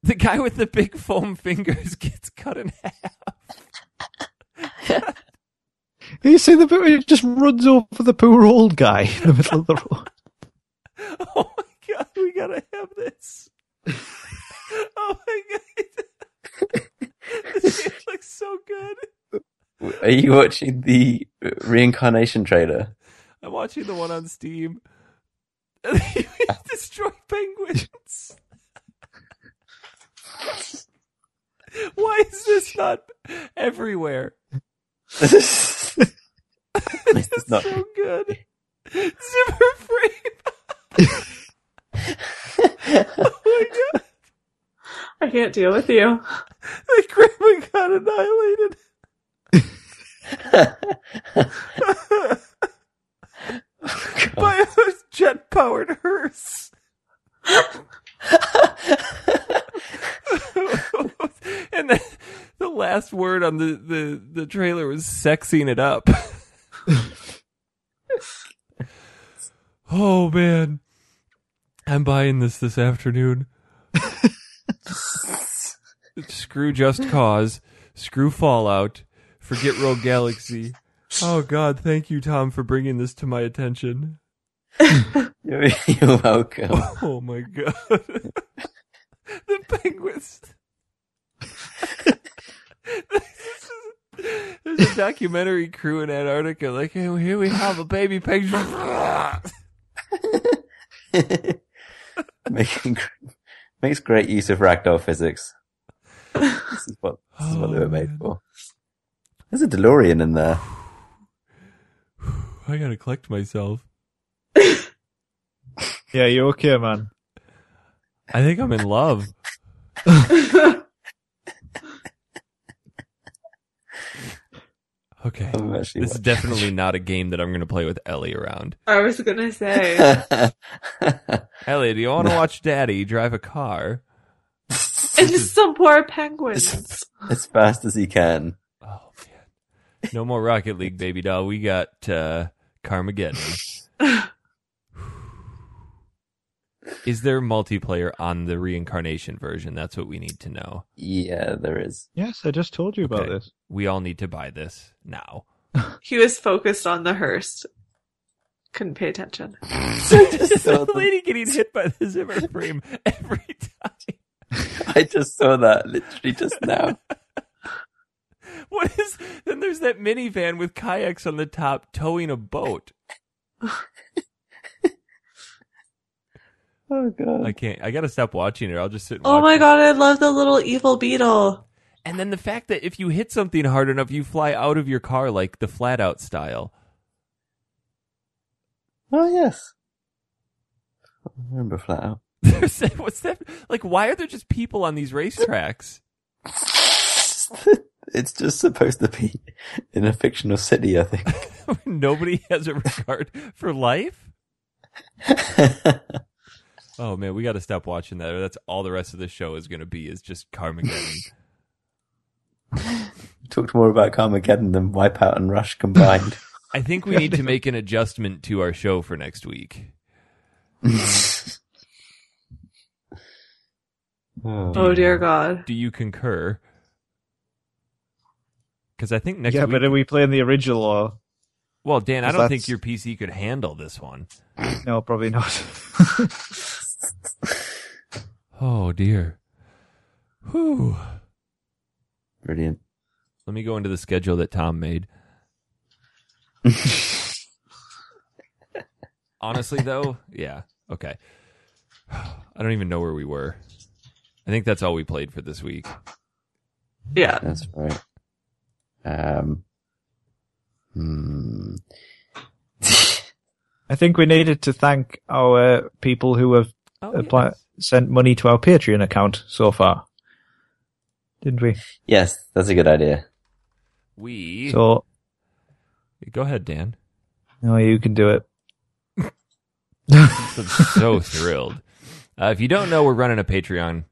The guy with the big foam fingers gets cut in half. (laughs)
you see the bit where he just runs over the poor old guy in the middle of the road.
Oh my god. god, we gotta have this. (laughs) oh my god. this game looks so good.
Are you watching the reincarnation trailer?
I'm watching the one on Steam. (laughs) And you destroy penguins. Why is this not everywhere?
this
This
is
is
not.
so good. Zipper frame. Oh my god.
I can't deal with you.
The grandma got (laughs) annihilated. by a jet powered hearse. (laughs) and the, the last word on the, the, the trailer was sexing it (laughs) up. oh man. I'm buying this this afternoon. screw Just Cause, screw Fallout, forget Rogue Galaxy. Oh god, thank you Tom for bringing this to my attention.
You're, you're welcome. (laughs)
Oh my god. (laughs) the penguins. (laughs) This is- There's a documentary crew in Antarctica like, hey, here we have a baby penguin. (laughs)
Making gr- makes great use of ragdoll physics. This is what this is what they were made for. There's a DeLorean in there.
I gotta collect myself.
Yeah, you okay, man?
I think I'm in love. Okay.
I'm actually (laughs)
This is definitely not a game that I'm gonna play with Ellie around.
I was
(laughs)
gonna say.
watching.
Ellie, do you wanna watch Daddy drive a car?
(laughs)
(laughs) And just some poor penguins.
as fast as he can.
Oh man. No more Rocket League, baby doll. We got uh Carmageddon. (laughs) Is there multiplayer on the reincarnation version? That's what we need to know.
Yeah, there is.
Yes, I just told you about
Okay.
this.
We all need to buy this (laughs) now.
he was focused on the hearse. Couldn't pay attention.
(laughs) the
I
lady getting hit by the Zimmer frame every time.
just saw that literally just now.
(laughs) What is? Then there's that minivan with kayaks on the top towing a boat.
Oh god.
I can't. I gotta stop watching it. I'll just sit. And
Oh
watch
my
it.
god, I love the little evil beetle.
And then the fact that if you hit something hard enough, you fly out of your car like the flat out style. (laughs)
oh yes. I remember flat out. (laughs)
There's what's that? Like, why are there just people on these racetracks? (laughs)
it's just supposed to be in a fictional city, I think. (laughs)
Nobody has a regard for life. Oh man, we got to stop watching that. Or that's all the rest of the show is going to be is just Carmageddon.
Talked more about Carmageddon than Wipeout and Rush combined.
I think we need to make an adjustment to our show for next week.
Oh dear god.
Do you concur? Because I think next
yeah,
week.
but are we playing the original or
well, Dan, I
Because
don't think
that's-
your PC could handle this one.
no? Probably not. (laughs)
Oh dear. Whew.
Brilliant.
Let me go into the schedule that Tom
(laughs)
made. Honestly, though, yeah. Okay. I don't even know where we were. I think that's all we played for this week.
Yeah.
That's right. Um, hmm.
I think we needed to thank our people who have
Oh,
apply- sent money to our Patreon account so far, didn't we?
Yes, that's a good idea.
We
So
go ahead, Dan.
no, you can do it.
I'm so thrilled. Uh, if you don't know, we're running a Patreon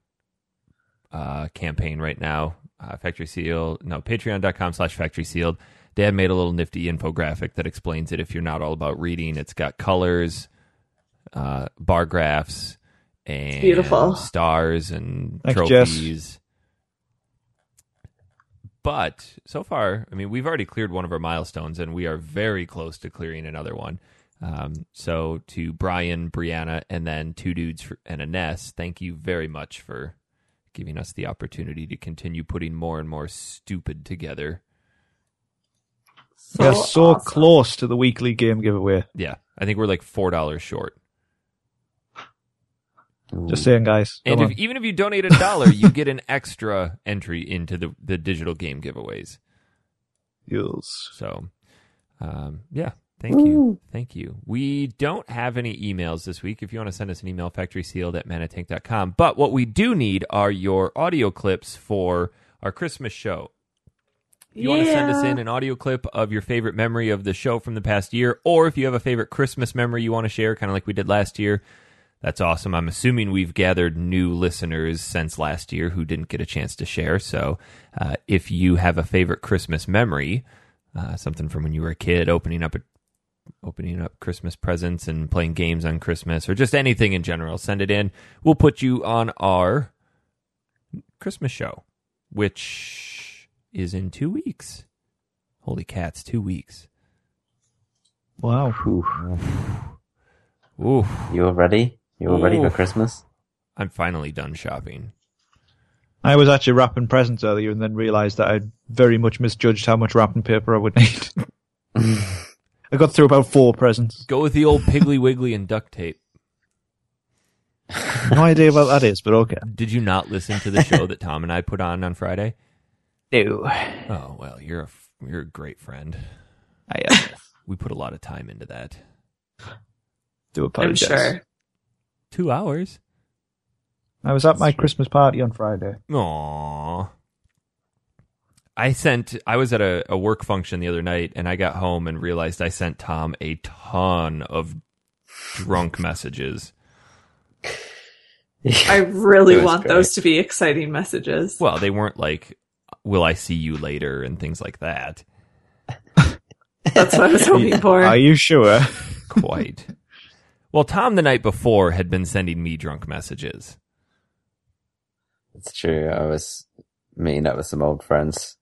uh, campaign right now. Uh, Factory Sealed, no, patreon.com slash factory sealed. Dad made a little nifty infographic that explains it if you're not all about reading. It's got colors, uh, bar graphs, and
beautiful.
stars and
Thanks, Jess.
trophies. But so far, I mean, we've already cleared one of our milestones, and we are very close to clearing another one. Um, so to Brian, Brianna, and then two dudes for, and Ines, thank you very much for giving us the opportunity to continue putting more and more stupid together.
So
We're so
awesome.
close to the weekly game giveaway.
Yeah, I think we're like four dollars short.
Just saying, guys. Come
And if,
on.
even if you donate a dollar, you get an (laughs) extra entry into the, the digital game giveaways.
Yes.
So, um, yeah, thank you. Thank you. We don't have any emails this week. If you want to send us an email, factorysealed at manatank.com. But what we do need are your audio clips for our Christmas show. If you want to send us
Yeah.
in an audio clip of your favorite memory of the show from the past year, or if you have a favorite Christmas memory you want to share, kind of like we did last year, that's awesome. I'm assuming we've gathered new listeners since last year who didn't get a chance to share. So uh, if you have a favorite Christmas memory, uh, something from when you were a kid, opening up a opening up Christmas presents and playing games on Christmas, or just anything in general, send it in. We'll put you on our Christmas show, which is in two weeks. Holy cats, two weeks.
Wow.
Ooh,
You all ready? You all ready for
Oof.
Christmas?
I'm finally done shopping.
I was actually wrapping presents earlier and then realized that I'd very much misjudged how much wrapping paper I would (laughs) need. I got through about four presents.
Go with the old Piggly Wiggly and duct tape.
No idea what that is, but
(laughs)
okay.
Did you not listen to the show that Tom and I put on on Friday?
No.
Oh well, you're a f- you're a great friend.
I uh,
We put a lot of time into that.
(laughs)
do
I'm
apologize.
sure.
Two hours.
I was at my Christmas party on Friday.
Aww. I sent. I was at a, a work function the other night, and I got home and realized I sent Tom a ton of drunk messages.
I really
It was
want
great.
those to be exciting messages.
Well, they weren't like, "Will I see you later?" and things like that.
That's what I was hoping for.
Are you sure?
(laughs)
Quite. well, Tom the night before had been sending me drunk messages.
It's true. I was meeting up with some old friends.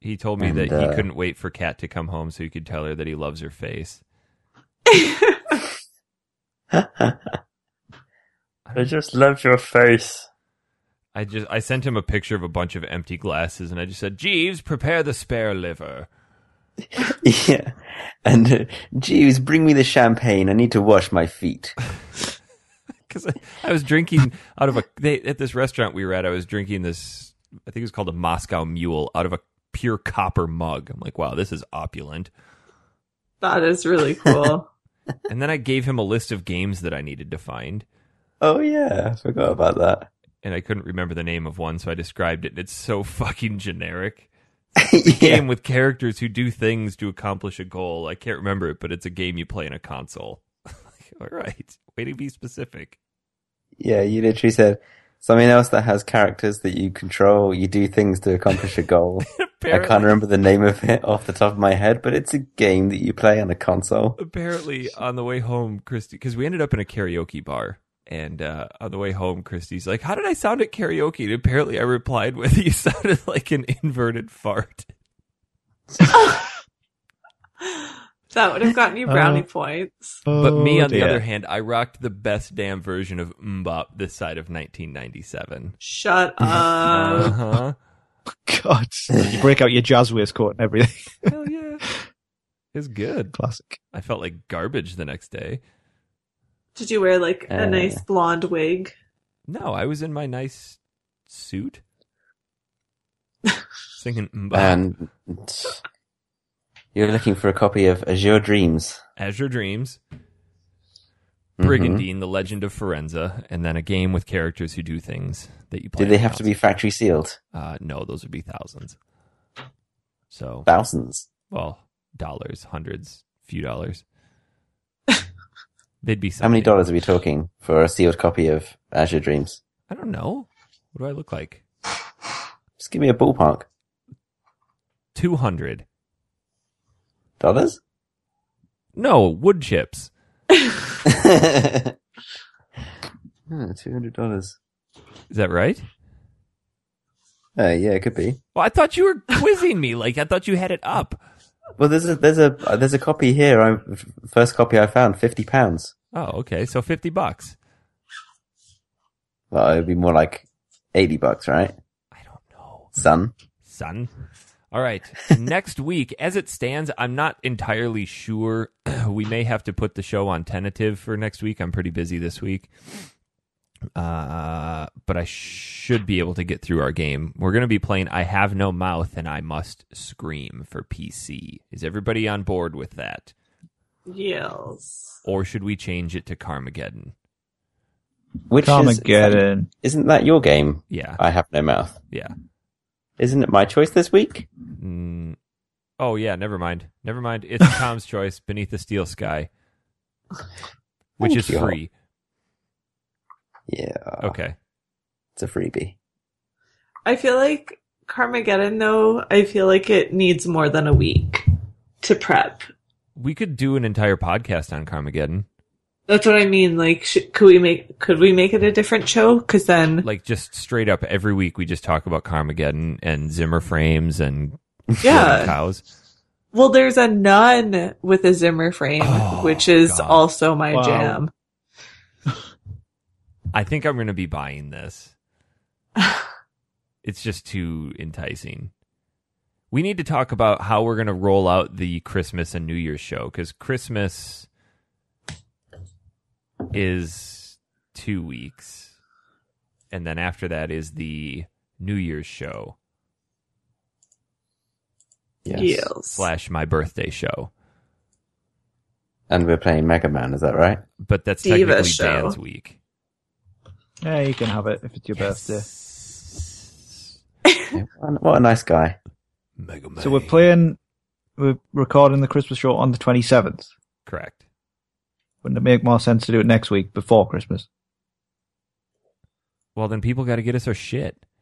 He told me
And,
that he
uh,
couldn't wait for Kat to come home so he could tell her that he loves her face.
I just love your face.
I just I sent him a picture of a bunch of empty glasses, and I just said, "Jeeves, prepare the spare liver." (laughs)
(laughs) Yeah. And uh, Jeeves, bring me the champagne. I need to wash my feet.
because I, I was drinking out of a they, at this restaurant we were at. I was drinking this, I think it was called a Moscow Mule, out of a pure copper mug. I'm like, wow, this is opulent.
that is really cool.
And then I gave him a list of games that I needed to find,
Oh yeah, I forgot about that. (laughs)
and I couldn't remember the name of one, so I described it. and It's so (laughs) fucking generic.
yeah.
Game with characters who do things to accomplish a goal. I can't remember it, but it's a game you play in a console. (laughs) Like, All right, way to be specific.
yeah, you literally said something else that has characters that you control. You do things to accomplish a (laughs) goal. I can't remember the name of it off the top of my head, but it's a game that you play on a console.
apparently on the way home christy because we ended up in a karaoke bar and uh, on the way home christy's like how did i sound at karaoke and apparently i replied with (laughs) you sounded like an inverted fart
that would have gotten you brownie points.
but me
Oh,
on the
dear.
other hand i rocked the best damn version of mbop this side of 1997
Shut up.
uh-huh
God, (laughs) you break out your jazz waistcoat and everything.
(laughs)
(laughs)
hell yeah it was good
Classic.
i felt like garbage the next day
Did you wear like
Uh.
a nice blonde wig?
no i was in my nice (laughs) suit singing mbop
And you're looking for a copy of Azure Dreams.
azure dreams
Mhm.
Brigandine, The Legend of Forenza, and then a game with characters who do things that you play.
Mm-hmm. Do they
in
have to be factory sealed?
Uh, no, those would be thousands. So,
Thousands.
well, dollars, hundreds, few dollars. They'd be something.
(laughs) How many dollars are we talking for a sealed copy of Azure Dreams?
I don't know. What do I look like?
Just give me a ballpark.
Two hundred.
Dollars? (laughs)
No wood chips.
Two hundred dollars.
Is that right?
Uh, yeah, it could be.
Well, I thought you were quizzing me. Like I thought you had it up.
Well, there's a there's a uh, there's a copy here. I first copy I found fifty pounds.
Oh, okay. So 50 bucks.
Well, it'd be more like eighty bucks, right,
I don't know.
son?
son. All right. Next week, as it stands, I'm not entirely sure. (clears throat) we may have to put the show on tentative for next week. I'm pretty busy this week. Uh, but I should be able to get through our game. We're going to be playing I Have No Mouth and I Must Scream for PC. Is everybody on board with that?
Yes.
Or should we change it to Carmageddon?
Which is,
Carmageddon.
isn't that your game?
Yeah.
I have no mouth.
Yeah.
Isn't it my choice this week?
Mm. Oh, yeah. Never mind. Never mind.
(laughs)
It's Tom's choice, Beneath the Steel Sky, which
Thank
is
you.
free.
Yeah,
Okay.
it's a freebie.
I feel like Carmageddon, though, I feel like it needs more than a week to prep.
We could do an entire podcast on Carmageddon,
That's what I mean. Like, sh- could we make could we make it a different show? Because then,
like just straight up every week. We just talk about Carmageddon and Zimmer frames and
yeah.
cows.
Well, there's a nun with a Zimmer frame,
Oh,
which is
God.
also my
Wow.
jam.
I think I'm going to be buying this. It's just too enticing. We need to talk about how we're going to roll out the Christmas and New Year's show because Christmas is two weeks, and then after that is the New Year's show
Yes.
Yes.
slash my birthday show.
And we're playing Mega Man. Is that right?
But that's
Diva
technically
show.
Dan's week.
Yeah, you can have it if it's your birthday.
What a nice guy.
Mega Man.
So we're playing, we're recording the Christmas show on the 27th.
Correct.
Wouldn't it make more sense to do it next week before Christmas?
Well, then people got to get us our shit. (laughs)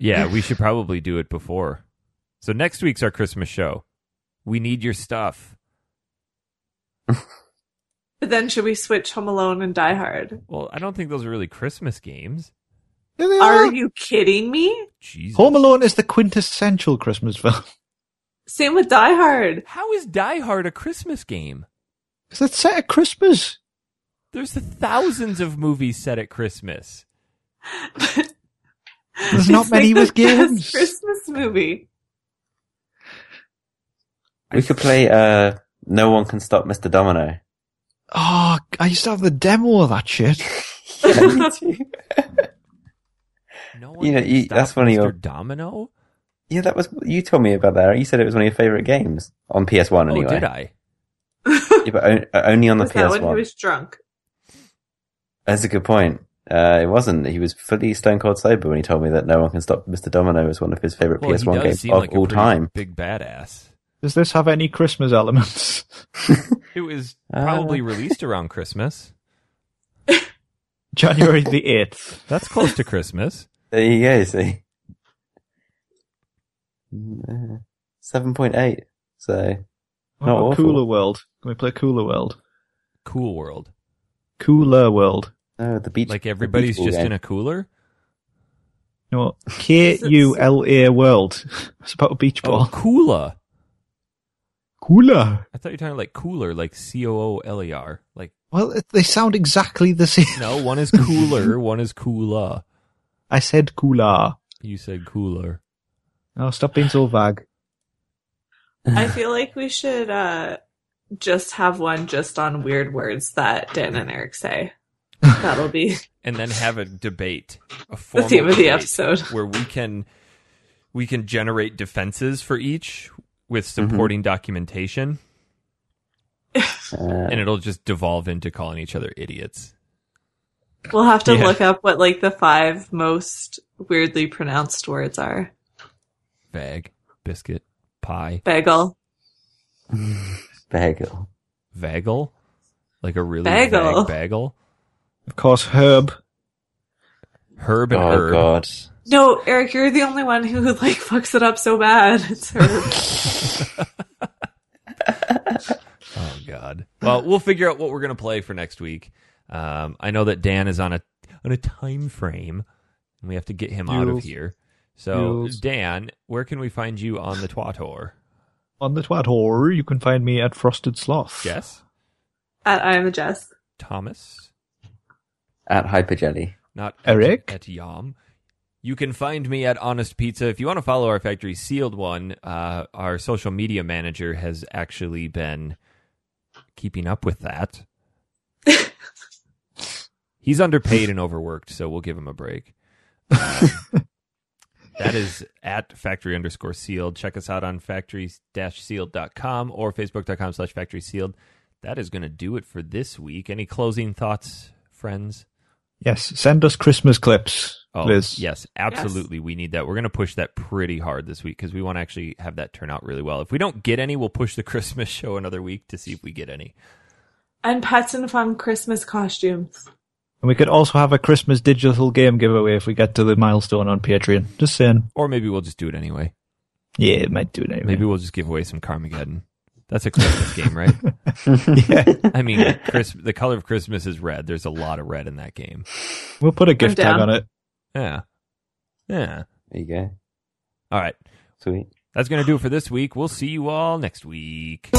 Yeah, we should probably do it before. So next week's our Christmas show. We need your stuff.
But then, should we switch Home Alone and Die Hard?
Well, I don't think those are really Christmas games.
Are you kidding me?
Jesus.
Home Alone is the quintessential Christmas film (laughs)
Same with Die Hard.
How is Die Hard a Christmas game?
because it's set at Christmas.
There's thousands of movies set at Christmas.
There's not
It's (laughs)
many
like
with
the best
games.
Christmas movie.
We could play. Uh, no one can stop
(laughs)
Mr. Domino. (laughs)
Oh, I used to have the demo of that shit.
Yeah, me too.
No one
You know,
can
you-
stop
that's one of
Mr.
your-
Domino.
yeah, that was you told me about that. You said it was one of your favorite games on PS One. Anyway,
Oh, did I?
(laughs) Yeah, but on, uh, only on the
Was that
PS
when he
One.
was drunk?
That's a good point. Uh, it wasn't. He was fully stone cold sober when he told me that no one can stop Mr. Domino is one of his favorite
Well, he
PS1
does
games
seem
of
like a
all
pretty
time. (laughs)
Big badass.
Does this have any Christmas elements? (laughs)
It was
Uh. (laughs)
probably released around Christmas.
January the 8th.
That's close to Christmas.
There you go. See, Mm, uh, seven point eight. So
What
Not
about
awful.
Oh, Cooler World? Can we play Cooler World?
Cool world.
Cooler World.
no, oh, the beach.
Like everybody's just in
a.
a cooler.
No, (laughs) K U L A World. (laughs) It's about a beach
Oh,
ball.
cooler.
Cooler.
I thought you were talking like cooler, like C O O L E R. Like
Well, it- they sound exactly the (laughs) same.
no, one is
(laughs)
cooler, one is cooler.
I said cooler.
You said cooler.
Oh, stop being so vague. (sighs)
I feel like we should uh, just have one just on weird words that Dan and Eric say. That'll be
And then have a debate, a
(laughs) the
formal
theme of the
debate
episode.
where we can we can generate defenses for each with
Mm-hmm.
supporting documentation,
Uh,
and it'll just devolve into calling each other idiots.
We'll have to
Yeah.
look up what like the five most weirdly pronounced words are.
Bag, biscuit, pie,
Bagel.
bagel.
vagel, like a really
Bagel.
vag bagel,
Of course, Herb.
herb and
Oh
herb.
god.
No, Eric, you're the only one who like fucks it up so bad. (laughs) It's
(laughs)
her.
Oh God. Well, we'll figure out what we're gonna play for next week. Um, I know that Dan is on a on a time frame, and we have to get him out of
Doodles.
here. So,
Yes.
Dan, where can we find you on the Twator?
On the twat horror, you can find me at Frosted Sloth.
Jess,
At I am a Jess.
Thomas,
At Hyperjelly.
not
Eric?
at Yom. You can find me at Honest Pizza. If you want to follow our Factory Sealed one, uh, our social media manager has actually been keeping up with that. He's underpaid and overworked, so we'll give him a break. Um, that is at factory underscore sealed. Check us out on factory sealed.com or facebook.com slash factory sealed. That is going to do it for this week. Any closing thoughts, friends?
Yes, send us Christmas clips, please.
Oh, yes, absolutely. We need that. We're going to push that pretty hard this week because we want to actually have that turn out really well. If we don't get any, we'll push the (laughs) Christmas show another week to see if we get any.
And pets in fun Christmas costumes.
And we could also have a Christmas digital game giveaway if we get to the milestone on Patreon. Just saying.
Or maybe we'll just do it anyway.
Yeah, it might do it anyway.
Maybe we'll just give away some Carmageddon. That's a Christmas game, right?
(laughs) yeah.
I mean, Chris, the color of Christmas is red. There's a lot of red in that game.
We'll put a gift tag
down.
on it.
Yeah. Yeah.
There you go.
All right.
Sweet.
That's going to do it for this week. We'll see you all next week.